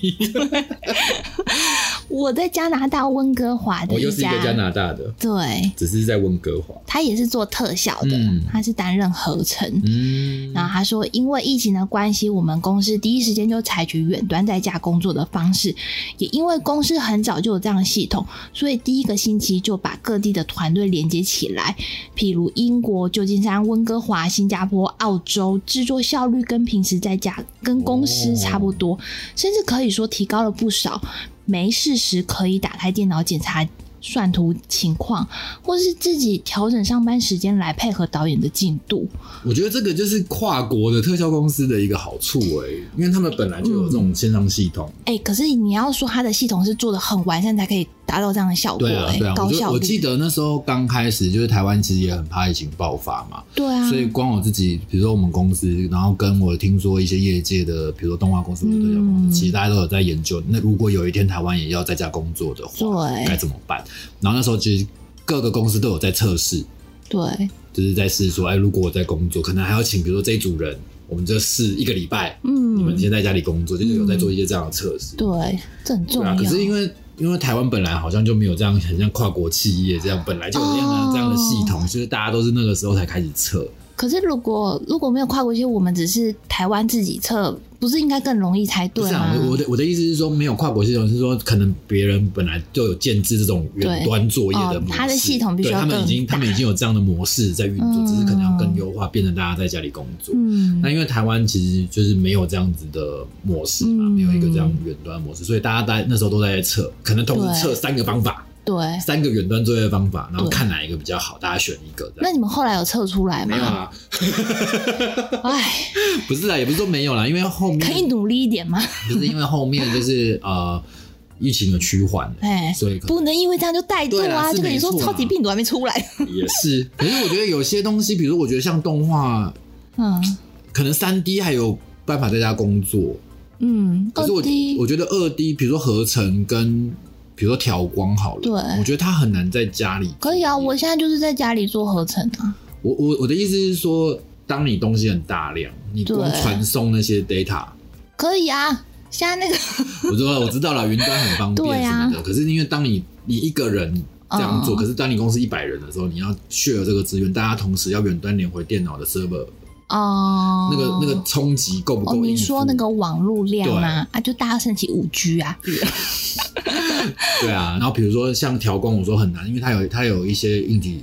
我在加拿大温哥华的哦我又是一家，个加拿大的，对只是在温哥华。他也是做特效的，嗯他是担任合成。嗯，然后他说，因为疫情的关系，我们公司第一时间就采取远端在家工作的方式，也因为公司很早就有这样的系统，所以第一个星期就把各地的团队连接起来，譬如英国、旧金山、温哥华、新加坡、澳洲，制作效率跟平时在家跟公司差不多，甚至可以说提高了不少。没事时可以打开电脑检查。算图情况，或是自己调整上班时间来配合导演的进度。我觉得这个就是跨国的特效公司的一个好处哎、因为他们本来就有这种线上系统。哎、可是你要说它的系统是做的很完善，才可以达到这样的效果、对哎，啊，对啊，高我就效率。我记得那时候刚开始，就是台湾其实也很怕疫情爆发嘛，对啊，所以光我自己，比如说我们公司，然后跟我听说一些业界的，比如说动画公司或者特效公司，嗯其实大家都有在研究。那如果有一天台湾也要在家工作的话，对该怎么办？然后那时候其实各个公司都有在测试，对，就是在试说，哎，如果我在工作，可能还要请，比如说这一组人，我们就试一个礼拜，你们嗯，先在家里工作，就是有在做一些这样的测试。对，这很重对啊，要。可是因为因为台湾本来好像就没有这样很像跨国企业这样，本来就有这样的、哦这样的系统，就是大家都是那个时候才开始测。可是如果如果没有跨国期，我们只是台湾自己测，不是应该更容易才不对是吗？啊，我我的我的意思是说，没有跨国系统，是说可能别人本来就有建制这种远端作业的对哦模式，他的系统必须对要他们已经更大他们已经有这样的模式在运作，嗯只是可能要更优化，变成大家在家里工作。嗯那因为台湾其实就是没有这样子的模式嘛，嗯没有一个这样远端模式，所以大家在那时候都在测，可能同时对测三个方法，对。三个远端作业方法，然后对看哪一个比较好，大家选一个。这那样你们后来有测出来没有吗？啊，哎，不是啊，也不是说没有啦，因为后面可以努力一点吗？就是因为后面就是呃疫情的趋缓了，哎，所以可能不能因为这样就怠对惰啦啊！是就跟没你说，错啦超级病毒还没出来。 也是，可是我觉得有些东西，比如我觉得像动画，嗯可能三 D 还有办法在家工作，嗯，可二是我 D 我觉得二 D，比如说合成跟比如说调光好了，对我觉得它很难在家里。可以啊，我现在就是在家里做合成啊。我我我的意思是说，当你东西很大量，你光对传送那些 data，可以啊，现在那个我说我知道了，云端很方便对啊什么的，可是因为当你你一个人。这样做，嗯可是当你公司一百人的时候，你要 share 这个资源，大家同时要远端连回电脑的 server，哦，那个那个冲击够不哦，够应你付？说那个网路量啊啊，就大家申请五 G 啊，对啊，然后比如说像调光，我说很难，因为它有它有一些硬体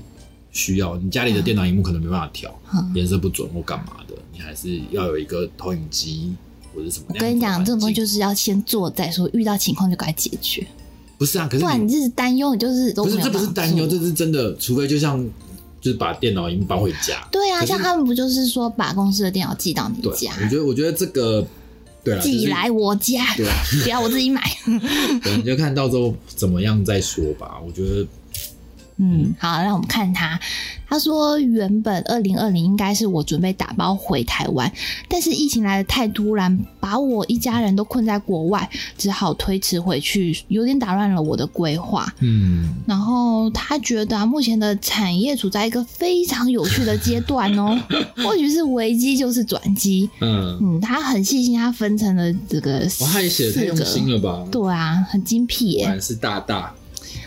需要，你家里的电脑荧幕可能没办法调，嗯颜色不准或干嘛的，你还是要有一个投影机或者什么我那样子的环境。跟你讲，这种东西就是要先做再说，遇到情况就赶快解决，不是啊，可是不然你你一直担忧，你就是都不是没有这不是办法担忧，做这是真的，除非就像就是把电脑荧幕搬回家。对可啊，是像他们不就是说把公司的电脑寄到你对，啊家，我觉得我觉得这个对了，寄就是来我家，对啊， 不要我自己买。对你就看到时候怎么样再说吧。我觉得嗯，好，让我们看他。他说，原本二零二零应该是我准备打包回台湾，但是疫情来的太突然，把我一家人都困在国外，只好推迟回去，有点打乱了我的规划。嗯，然后他觉得、啊、目前的产业处在一个非常有趣的阶段哦，或许是危机就是转机。嗯，嗯，他很细心，他分成了这个我还写得太四用心个。了吧？对啊，很精辟耶、果然是大大，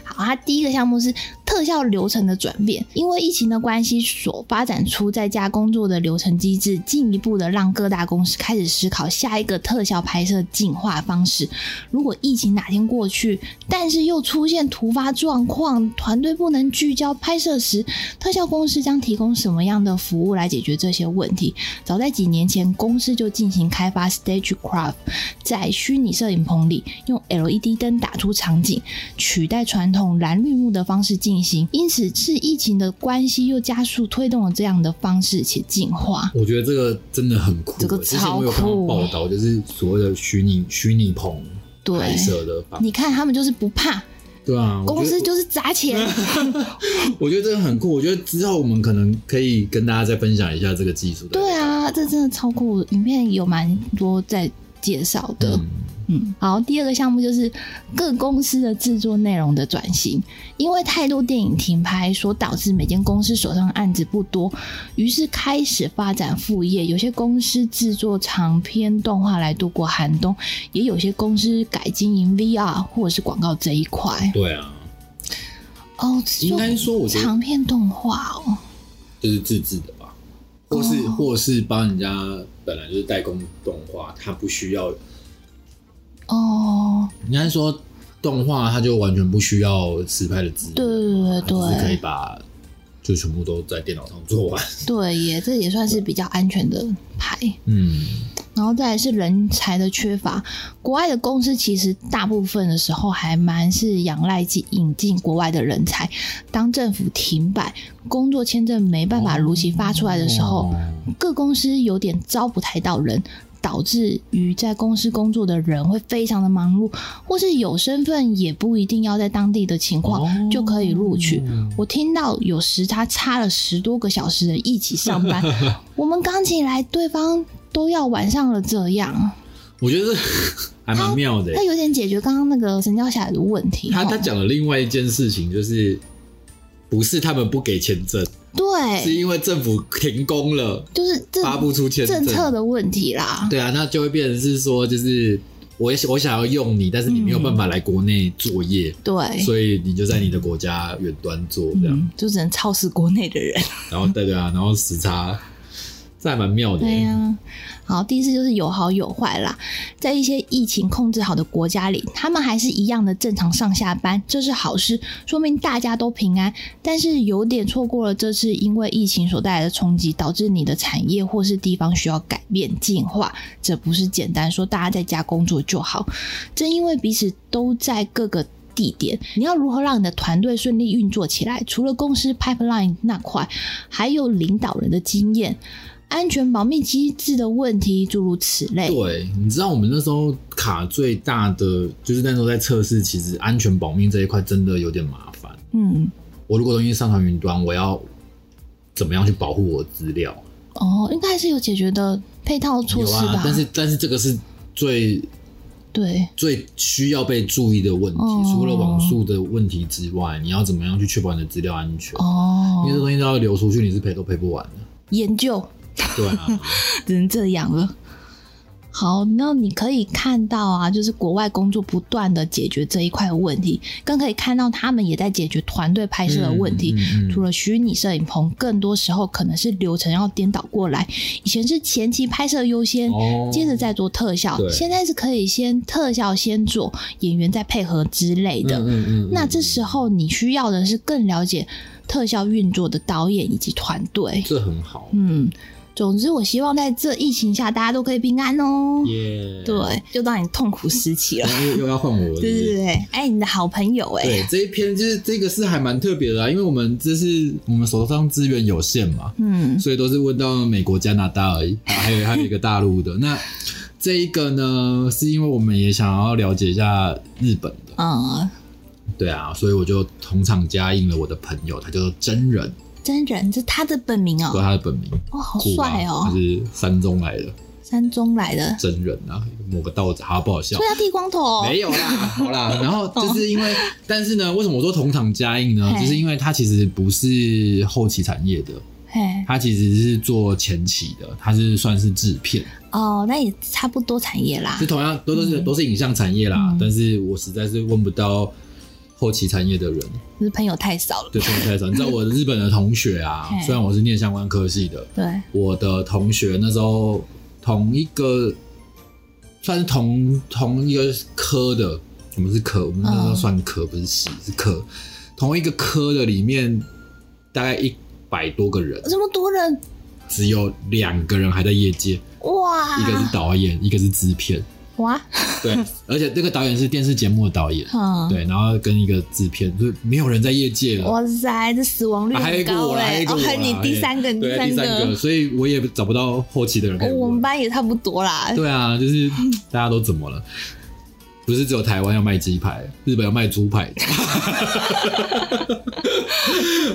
好，它第一个项目是特效流程的转变，因为疫情的关系所发展出在家工作的流程机制，进一步的让各大公司开始思考下一个特效拍摄进化方式。如果疫情哪天过去，但是又出现突发状况，团队不能聚焦拍摄时，特效公司将提供什么样的服务来解决这些问题？早在几年前，公司就进行开发 Stagecraft，在虚拟摄影棚里用 LED 灯打出场景，取代传统蓝绿幕的方式进行。因此，是疫情的关系又加速推动了这样的方式且进化。我觉得这个真的很酷欸，这个之前我有超看到酷报道，就是所谓的虚拟虚拟棚对拍摄的吧？你看，他们就是不怕，对啊，我觉得公司就是砸 钱。我觉得这个很酷，我觉得之后我们可能可以跟大家再分享一下这个技术的。对啊，这真的超酷，影片有蛮多在介绍的。嗯，嗯，好，第二个项目就是各公司的制作内容的转型，因为太多电影停拍，所导致每间公司手上的案子不多，于是开始发展副业。有些公司制作长篇动画来度过寒冬，也有些公司改经营 VR 或者是广告这一块。对啊，哦，应该说我觉得长篇动画哦，就是自制的吧，或是、哦或是帮人家本来就是代工动画，它不需要，哦，应该说动画它就完全不需要实拍的资源，对对对它就是可以对把就全部都在电脑上做完。对耶，这也算是比较安全的牌。嗯，然后再来是人才的缺乏，国外的公司其实大部分的时候还蛮是仰赖及引进国外的人才。当政府停摆，工作签证没办法如期发出来的时候，哦各公司有点招不太到人，导致于在公司工作的人会非常的忙碌，或是有身份也不一定要在当地的情况、哦就可以录取。我听到有时他差了十多个小时的一起上 班，我们刚起来，对方都要晚上了，这样我觉得这 还蛮妙的欸那。有点解决刚刚那个神教下来的问题。他吼他讲了另外一件事情，就是不是他们不给签证，是对，因为政府停工了，就是哎政发不出签证政策的问题啦。对啊，那就会变成是说，就是我我想要用你，但是你没有办法来国内作业，对，所以你就在你的国家远端做这样，哎嗯，就只能操死国内的人。然后对对啊，然后时差，这还蛮妙的、欸对啊呀、好，第四就是有好有坏啦。在一些疫情控制好的国家里，他们还是一样的正常上下班，这是好事，说明大家都平安。但是有点错过了这次因为疫情所带来的冲击，导致你的产业或是地方需要改变进化，这不是简单说大家在家工作就好。正因为彼此都在各个地点，你要如何让你的团队顺利运作起来？除了公司 pipeline 那块，还有领导人的经验、安全保密机制的问题，诸如此类。对，你知道我们那时候卡最大的就是那时候在测试，其实安全保密这一块真的有点麻烦。嗯，我如果东西上传云端，我要怎么样去保护我的资料？哦，应该是有解决的配套措有施吧？啊，但是但是这个是最对，最需要被注意的问题，哦除了网速的问题之外，你要怎么样去确保你的资料安全？哦因为，这东西都要流出去，你是赔都赔不完的。研究对 啊，只能这样了。好，那你可以看到啊，就是国外工作不断的解决这一块的问题，更可以看到他们也在解决团队拍摄的问题。嗯嗯嗯除了虚拟摄影棚，更多时候可能是流程要颠倒过来。以前是前期拍摄优先，哦接着再做特效对，现在是可以先特效先做，演员再配合之类的。嗯嗯嗯嗯那这时候你需要的是更了解特效运作的导演以及团队。这很好嗯，总之我希望在这疫情下大家都可以平安哦。耶。对，就当你痛苦时期了。又又要换我了。对是不对是对，哎，你的好朋友哎、对，这一篇就是这个是还蛮特别的啊，因为我们这是我们手上资源有限嘛，嗯，所以都是问到美国、加拿大而已，啊、还有还有一个大陆的。那这一个呢，是因为我们也想要了解一下日本的，嗯，对啊，所以我就同场加印了我的朋友，他叫做真人，真人这是他的本名对啊哦，他的本名，哇、好酷啊帅哦他，是山中来的山中来的，真人啊，某个道长，好不好 笑对？啊，剃光头，没有啦，好啦，然 后就是因为，但是呢，为什么我说同场加印呢？哦嘿就是因为他其实不是后期产业的，嘿，他其实是做前期的，他是算是制片，哦，那也差不多产业啦就，同样都都是、都是影像产业啦，嗯但是我实在是问不到后期产业的人，就是朋友太少了。对，真的太少。你知道我日本的同学啊嘿，虽然我是念相关科系的，对，我的同学那时候同一个算是同同一个科的，我们是科，我们那时候嗯算科、不是系是科，同一个科的里面大概一百多个人，这么多人只有两个人还在业界，哇，一个是导演，一个是制片，哇， 对，而且那个导演是电视节目的导演，哼，对，然后跟一个制片，就是没有人在业界了。哇塞，这死亡率啊还有一很个高我啦，还有嘞一！个哦，我啦，还有你第三个，你对，啊第三个，个，所以我也找不到后期的人可以哦我问们班也差不多啦。对啊，就是大家都怎么了？不是只有台湾要卖鸡排，日本要卖猪 排。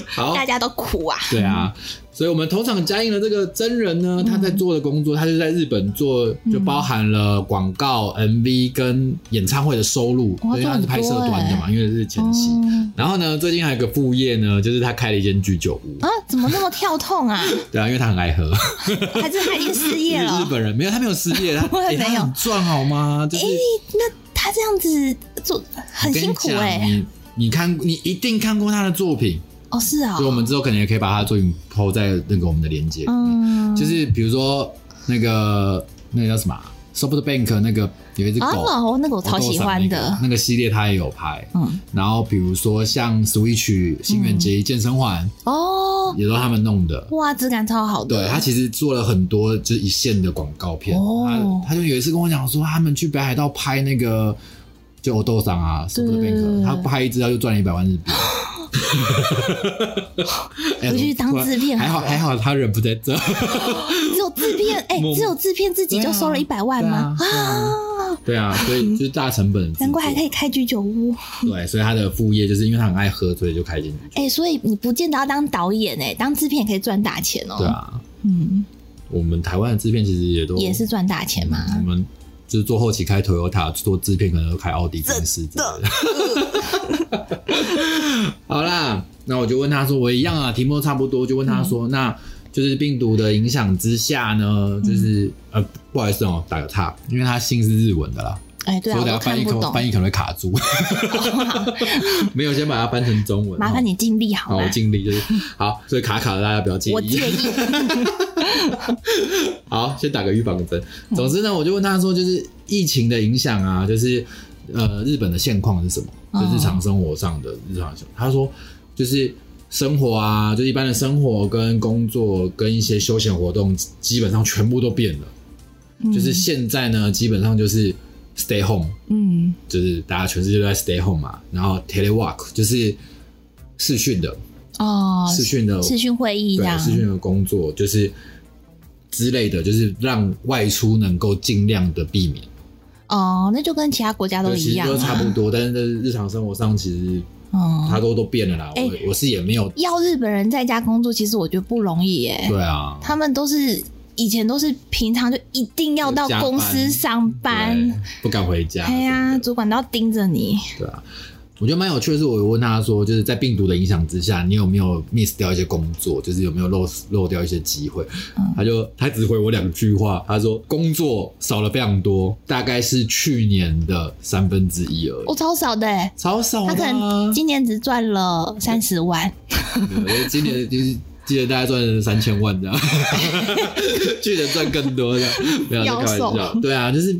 好，大家都苦啊，对啊，所以我们同场加映的这个真人嗯呢，他在做的工作，他就在日本做，就包含了广告、MV 跟演唱会的收入，哇因为他是拍摄端的嘛，因为是前期。欸哦然后呢，最近还有一个副业呢，就是他开了一间居酒屋。啊，怎么那么跳 痛啊？对啊，因为他很爱喝。还是他已经失 业日了？本人没有，他没有失 业，他我也诶没有他很赚好吗？就是哎那他这样子做很辛苦哎、我跟你讲你你看，你一定看过他的作品，哦，是啊、所以我们之后可能也可以把他的作品抛在那个我们的连接里面，嗯，就是比如说那个那个叫什么啊 SoftBank 那个有一只啊，狗，哦，那个我超喜欢狗狗伞的那，个那个系列他也有拍，嗯，然后比如说像 Switch 新垣结衣健身环哦，也都是他们弄的，哇，质感超好的，对他其实做了很多就是一线的广告片，哦他他就有一次跟我讲说，他们去北海道拍那个就欧豆桑啊，什么的对 bank，他拍一支他就赚了一百万日 币。哎回去当制片还好还好他人不在这，只有 制片，哎、默默只有制片自己就收了一百万吗？对啊？对 啊，所以就是大成本的制作，难怪还可以开居酒屋，对，所以他的副业就是因为他很爱喝，所以就开进去。哎、所以你不见得要当导演哎、当制片也可以赚大钱哦、对，啊，嗯，我们台湾的制片其实也都也是赚大钱嘛。嗯我们就是做后期开 Toyota，做制片可能都开奥迪公司之类的。 好啦，那我就问他说，我一样啊，题目都差不多，就问他嗯说，那就是病毒的影响之下呢，就是、嗯呃，不好意思哦，打个岔，因为他姓是日文的啦，哎、对啊，所以等我都下翻看译不可能懂，哦翻译可能会卡住， 没有，先把它翻成中文。哦麻烦你尽力好，好哦我吗？尽力 就是好，所以卡卡的大家不要介意。我介意，好，先打个预防针。总之呢，我就问他说，就是疫情的影响啊，就是呃，日本的现况是什么？就嗯日常生活上的日常生活。他说，就是生活啊，就一般的生活跟工作跟一些休闲活动，基本上全部都变了。就是现在呢，基本上就是 stay home，嗯，就是大家全世界都在 stay home 嘛，然后 telework 就是视讯的，嗯哦，视讯的视讯会议这对样，视讯的工作，就是之类的，就是让外出能够尽量的避免。哦，那就跟其他国家都对，其一实样、都差啊。不多，但是在日常生活上，其实他嗯，都都变了啦。哎我我是也没有，要日本人在家工作，其实我觉得不容易耶、对啊，他们都是以前都是平常就一定要到公司上对班，不敢回家。哎呀，主管都要盯着你。对啊。我觉得蛮有趣的是，我有问他说，就是在病毒的影响之下，你有没有 miss 掉一些工作，就是有没有漏漏掉一些机会？嗯他就他只回我两句话，他说工作少了非常多，大概是去年的三分之一而已。我超少的耶，超少他的可啊能今年只赚了三十万，对今年就是今年大概赚三千万这样，去年赚更多的，没有在开玩妖嗯笑。对啊，就是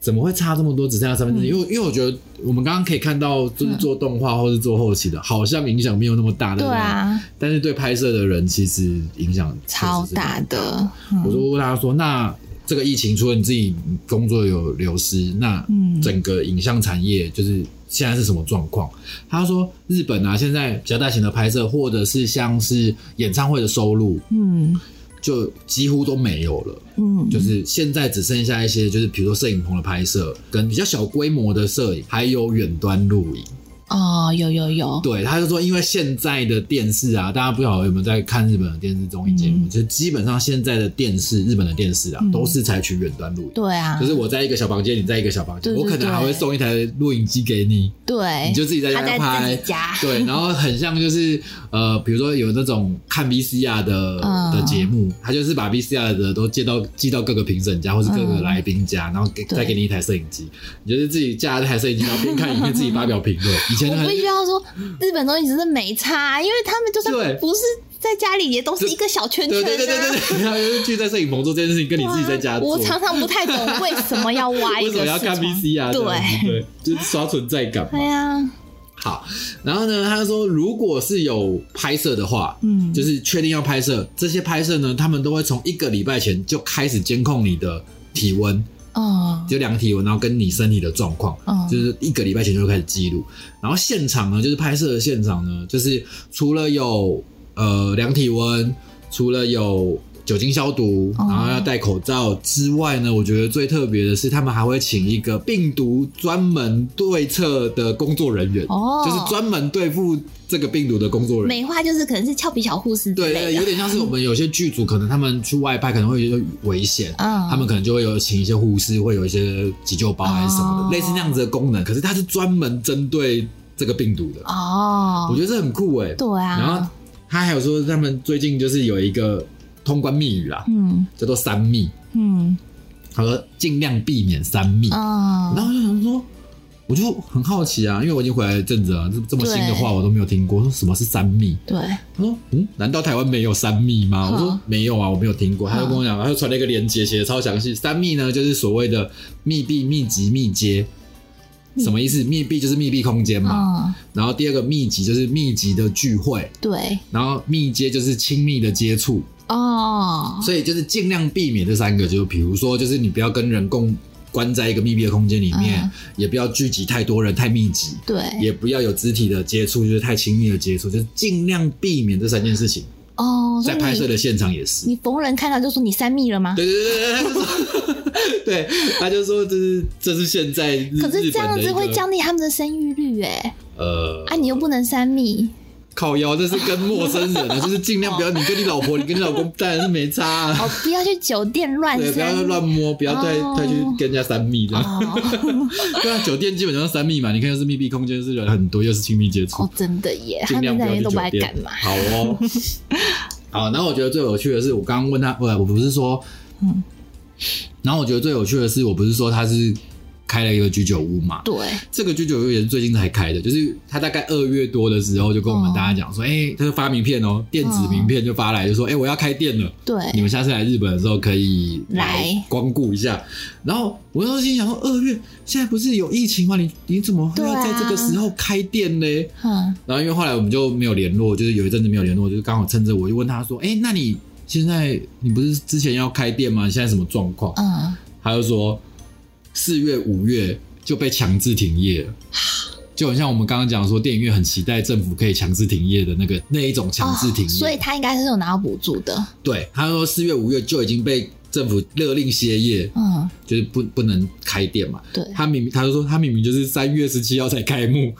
怎么会差这么多，只剩下三分之一？因为因为我觉得我们刚刚可以看到，就是做动画或是做后期的，好像影响没有那么大，对不对？啊，但是对拍摄的人其实影响超确实是大。的。我就问他说：“那这个疫情，除了你自己工作有流失，那嗯整个影像产业就是现在是什么状况？”他说：“日本啊，现在比较大型的拍摄，或者是像是演唱会的收入，嗯就几乎都没有了。嗯，就是现在只剩下一些，就是比如说摄影棚的拍摄，跟比较小规模的摄影，还有远端录影。”哦，有有有，对，他就说，因为现在的电视啊，大家不晓得有没有在看日本的电视综艺节目，嗯就基本上现在的电视，日本的电视啊，嗯都是采取远端录影。对啊就，是我在一个小房间，你在一个小房间，对对我可能还会对送一台录影机给你，对，你就自己在他家在自拍己。家，对，然后很像就是呃，比如说有那种看 VCR 的、嗯的节目，他就是把 VCR 的都借到寄到各个评审家或是各个嗯来宾家，然后给对再给你一台摄影机，你就是自己架一台摄影机，然后边看影片自己发表评论。以前前我很必须要说，嗯日本东西只是没差，因为他们就对算不是在家里，也都是一个小圈圈、对对啊。对对对对，然后就是聚在摄影棚做这件事情，跟你自己在家做。我常常不太懂为什么要挖一 为个什么要看视窗 VC 啊？这样子对，对，就是刷存在感嘛对。啊呀、好，然后呢，他说如果是有拍摄的话，嗯，就是确定要拍摄，这些拍摄呢，他们都会从一个礼拜前就开始监控你的体温，哦，就量体温，然后跟你身体的状况。哦就是一个礼拜前就开始记录，然后现场呢，就是拍摄的现场呢，就是除了有呃量体温，除了有酒精消毒，哦然后要戴口罩之外呢，我觉得最特别的是他们还会请一个病毒专门对策的工作人员，哦，就是专门对付这个病毒的工作人员。美化，就是可能是俏皮小护士之对类对，有的。点像是我们有些剧组，可能他们去外拍可能会有危险，嗯他们可能就会有请一些护士，会有一些急救包还是什么哦的，类似那样子的功能。可是它是专门针对这个病毒的，哦，我觉得这很酷哎。对啊，然后他还有说，他们最近就是有一个通关密语啦，嗯叫做“三密嗯”，他说尽量避免三密。哦，然后我就想说。我就很好奇啊，因为我已经回来一阵子了，这这么新的话对我都没有听过。说什么是三密？对，他说：“嗯，难道台湾没有三密吗？”嗯我说：“没有啊，我没有听过。”他就跟我讲，他就传了一个链接，写的超详细。三密呢，就是所谓的密闭、密集、密接，什么意思？密闭就是密闭空间嘛，嗯然后第二个密集就是密集的聚会，对，然后密接就是亲密的接触，哦，所以就是尽量避免这三个，就比如说，就是你不要跟人共关在一个密闭的空间里面，嗯哎也不要聚集太多人、太密集，对，也不要有肢体的接触，就是太亲密的接触，就是尽量避免这三件事情。哦，所在以拍摄你的现场也是。你逢人看到就说你三密了吗？对对 对对，他就说，对，他就说 这是这是现在日可是日这样本的一子个会降低他们的生育率哎，呃啊，你又不能 三密，靠腰，这是跟陌生人啊，就是尽量不要你跟你老婆，你跟你老公当然是没差、啊，哦，不要去酒店乱对，不要三密乱摸，不要再哦再去跟人家三密这样。哦，对啊，酒店基本上三密嘛，你看又是密闭空间，又是人很多，又是亲密接触哦，，真的耶，他 尽量们在不要去那边都不酒爱店干。嘛，好 哦，好。然后我觉得最有趣的是，我刚刚问他，呃，我不是说，嗯。然后我觉得最有趣的是，我不是说他是开了一个居酒屋嘛？对，这个居酒屋也是最近才开的，就是他大概二月多的时候就跟我们哦大家讲说，哎、他就发名片哦，电子名片就发来，就嗯说，哎、我要开店了，你对，们下次来日本的时候可以哎来光顾一下。然后我那时候心想说，二月现在不是有疫情吗？你你怎么会啊要在这个时候开店呢？嗯，然后因为后来我们就没有联络，就是有一阵子没有联络，就是刚好趁着我就问他说，哎、那你现在你不是之前要开店吗？你现在什么状况？嗯，他就说四月、五月就被强制停业了，就很像我们刚刚讲说，电影院很期待政府可以强制停业的那个那一种强制停业，哦所以他应该是有拿到补助的，对他说四月、五月就已经被政府勒令歇业，嗯，就是不不能开店嘛。对，他明明他就说他明明就是三月十七号才开 幕，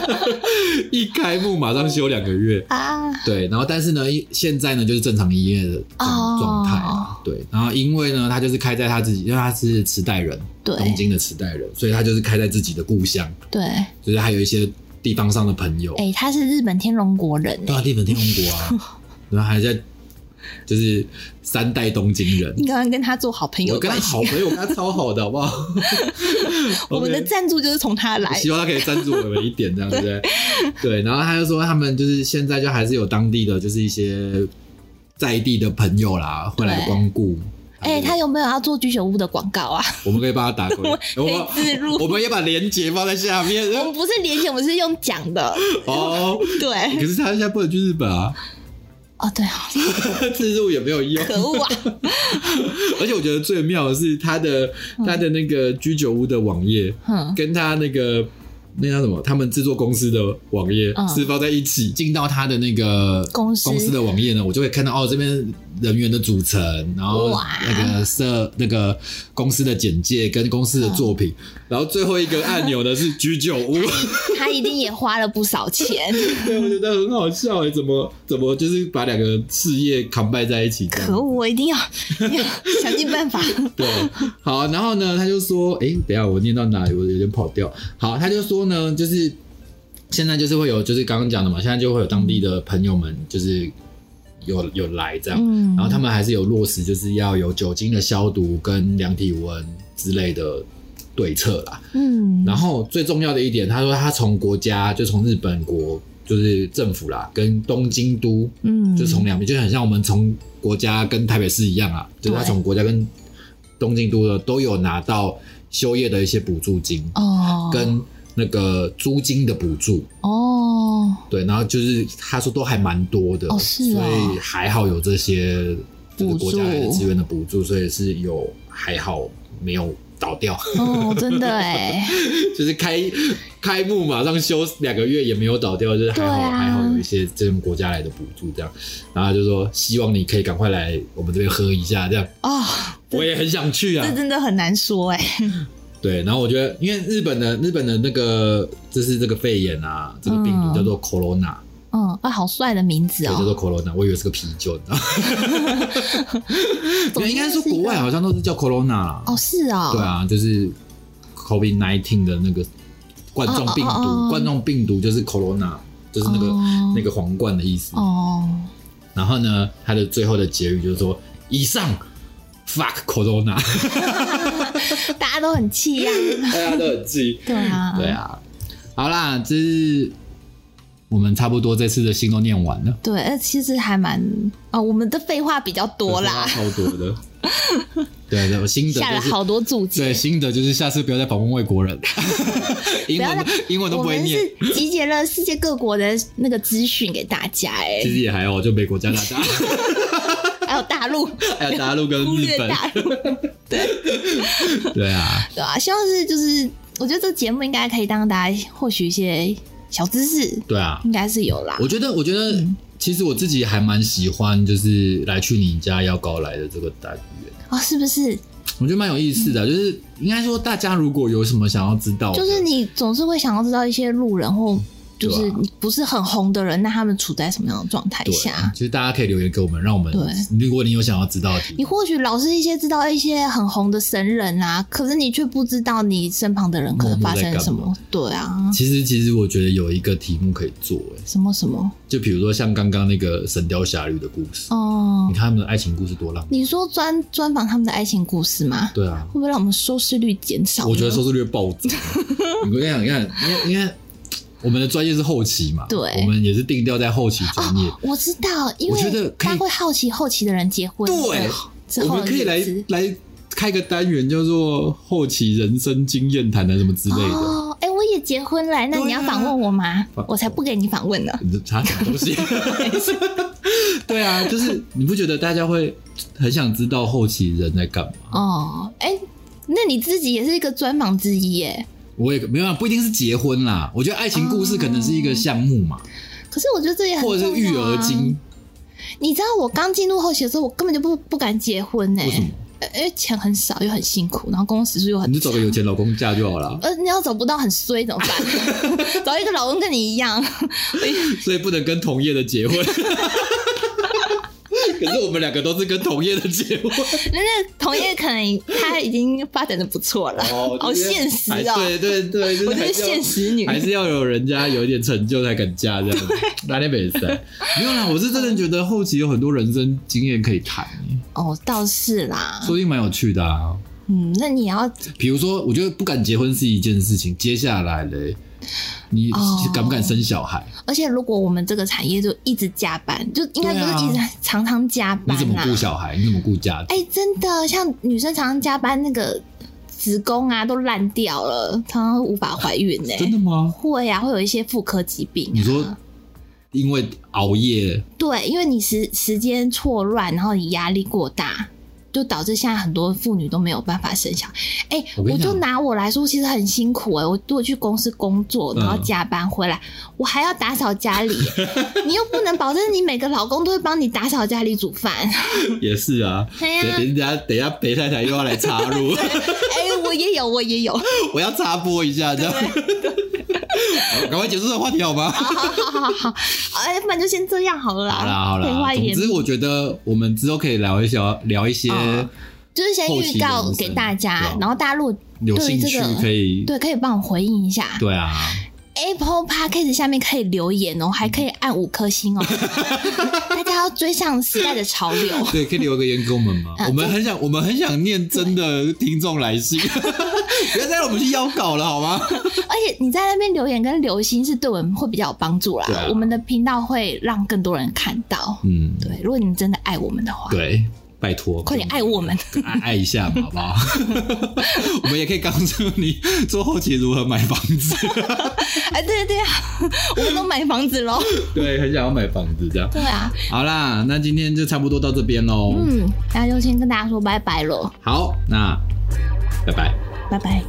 一开幕马上休两个月。啊，对，然后但是呢，一现在呢就是正常营业的状哦状态啊、对，然后因为呢，他就是开在他自己，因为他是池袋人，对东京的池袋人，所以他就是开在自己的故乡，对，哎、就是还有一些地方上的朋友，他是日本天龙国人对哎、啊，日本天龙国 啊，然后还在就是三代东京人你，刚刚跟他做好朋友我跟他关系好朋友，跟他超好的，好不好？ 我们的 OK 赞助就是从他来，希望他可以赞助我们一点，这 样对不对？对，然后他就说他们就是现在就还是有当地的，就是一些在地的朋友啦，会来对光顾。哎、他有没有要做居酒屋的广告啊？ 我们可以帮他打勾，我们可以自入我们也把链接放在下 面我们不是连线，我们是用讲的，哦。可 对，是他现在不能去日本啊， 哦，对哦，自助也没有用。可 恶啊，而且我觉得最妙的是他的嗯他的那个居酒屋的网页，哼，跟他那个那叫什么，他们制作公司的网页嗯是放在一起。进到他的那个公司公司的网页呢，我就会看到哦，这边人员的组成，然后哇那个社那个公司的简介跟公司的作品，嗯然后最后一个按钮呢 是居酒屋。他一定也花了不 少钱，对，我觉得很好笑哎，怎么怎么就是把两个事业 combine 在一起这可恶，样。我一定要 要想尽办法，对，好，然后呢，他就说，哎、等一下我念到哪里，我有点跑掉。好，他就说呢，就是现在就是会有，就是刚刚讲的嘛，现在就会有当地的朋友们，就是有有来这样，嗯然后他们还是有落实，就是要有酒精的消毒跟量体温之类的对策啦。嗯，然后最重要的一点，他说他从国家就从日本国就是政府啦，跟东京都嗯，就从两边，就很像我们从国家跟台北市一样啊，就是他对从国家跟东京都的都有拿到休业的一些补助金哦跟那个租金的补助，哦，对，然后就是他说都还蛮多的，哦是哦所以还好有这些这个国家来的资源的补助，所以是有还好没有倒掉，哦，真的哎，就是开 开幕马上休两个月也没有倒掉，就是还好、对啊还好有一些这种国家来的补助这样，然后他就说希望你可以赶快来我们这边喝一下这样， 哦，我也很想去啊这，真的很难说哎，对，然后我觉得因为日本的日本的那个这是这个肺炎啊，这个病嗯毒叫做 corona，、嗯，啊，好帅的名字对，叫哦做，Corona，我以为是个啤酒，你知道吗？总没之 有应该说是一个国外好像都是叫 Corona 啦。哦，是哦，对，啊，就是 COVID nineteen 的那个冠状病毒，哦哦哦哦冠状病毒就是 Corona，就是那个、哦那个皇冠的意思。哦，然后呢，它的最后的结语就是说，以上 fuck Corona，大家都很气 呀，大家哎都很记。对啊，对，啊，好啦，这是我们差不多这次的信都念完了。对，呃其实还蛮哦，我们的废话比较多啦，超多 的。对对，我心得下了啊就是好多注解对，。心得就是下次不要再访问外国 人，英要文再英文都我不会们念，是集结了世界各国的那个资讯给大家、其实也还好，就美国、加拿大，哎，还有大陆，还有大陆跟忽日略大本，陆，对啊， 对啊，希望是就是，我觉得这节目应该可以让大家获取一些小知识，对啊，应该是有啦。我觉得，我觉得。其实我自己还蛮喜欢，就是来去你家要高来的这个单元，哦，是不是？我觉得蛮有意思的。啊就是应该说，大家如果有什么想要知道的，嗯就是你总是会想要知道一些路人或就是对啊你不是很红的人，那他们处在什么样的状态对，啊下？其实大家可以留言给我们，让我们对如果你有想要知道的题目，你或许老是一些知道一些很红的神人啊，可是你却不知道你身旁的人可能发生了什默么默。对啊，其实其实我觉得有一个题目可以做，哎，什么什么就比如说像刚刚那个《神雕侠侣》的故事，哦你，看他们的爱情故事多浪漫。你说专专访他们的爱情故事吗？对啊会，不会让我们收视率减少呢？我觉得收视率会暴 增。你跟你讲，你看，因为因为我们的专业是后期嘛，对哦我们也是定调在后期专业。我知道，因我觉为得可以大家会好奇后期的人结婚，对之我后们可以的来日子来开个单元，叫做后期人生经验谈谈啊什么之类的。啊哦，哎、我也结婚了，那你要访问我吗？访我才不给你访问呢。你这查什么东 西？ 对啊，就是你不觉得大家会很想知道后期人在干嘛？哦，哎、那你自己也是一个专访之一耶。我也没有啊，不一定是结婚啦。我觉得爱情故事可能是一个项目嘛，可是我觉得这哦也很、重或者是育要啊儿经。。你知道我刚进入后期的时候，我根本就不不敢结婚呢为什么，呃因为钱很少又很辛苦，然后工时数又很你就找个有钱老公嫁就好 了，呃，你要找不到很衰怎么 办？找一个老公跟你一样，所以不能跟同业的结婚。 可是我们两个都是跟同业的结婚，那那同业可能他已经发展的不错了，好就是现实还哦。哎对对对，就我还就是是要现实女，还是要有人家有一点成就才敢嫁这样子，哪里北塞？啊没有啦，我是真的觉得后期有很多人生经验可以谈，哦，倒是啦，说不定蛮有趣的啊。嗯，那你要比如说，我觉得不敢结婚是一件事情，接下来嘞，你哦敢不敢生小孩？而且如果我们这个产业就一直加班，就应该不对啊是一直、常常加班你怎么啦。顾小孩？你怎么顾家庭？哎、真的，像女生常常加班，那个子宫啊都烂掉了，常常无法怀孕呢、真的吗？会啊，会有一些妇科疾病、啊你说因为熬夜，对，因为你时时间错乱，然后你压力过大，就导致现在很多妇女都没有办法生小孩。哎、我跟我你讲就拿我来说，其实很辛苦哎、我如果去公司工作，然后嗯加班回来，我还要打扫家 里，你又不能保证你每个老公都会帮你打扫家里、煮饭。 也是啊。哎呀等，等一下，等一下，裴太太又要来插 入，哎、我也有，我也有。 我要插播一下，这样。 好赶快结束这个话题好吗？好好好好好，哎，不然就先这样好了啦。好啦好废话啦，总也之我觉得我们之后可以聊一聊聊一些嗯就是先后预期告人给生大对家啊，然后大家如果有对于啊兴这趣个可以对可以帮我回应一下。对啊，哎、 Apple Podcast 下面可以留言哦，还可以按五颗 星哦。大家要追上时代的潮流。 对，可以留个言给我们啊吗？我们很想，我们很想念真的听众来 信，不要再让我们去邀稿了，好吗？而且你在那边留言跟留心是对我们会比较有帮助啦。对啊我们的频道会让更多人看到。嗯，对，如果你真的爱我们的话，对，拜托，快点爱我们。爱爱一下嘛，好不好？ 我们也可以告诉你做后期如何买房子，哎，对对啊，我们都买房子喽。对，很想要买房子这样。对啊，好啦，那今天就差不多到这边喽。嗯嗯，那就先跟大家说拜拜喽，好，那拜拜。拜拜。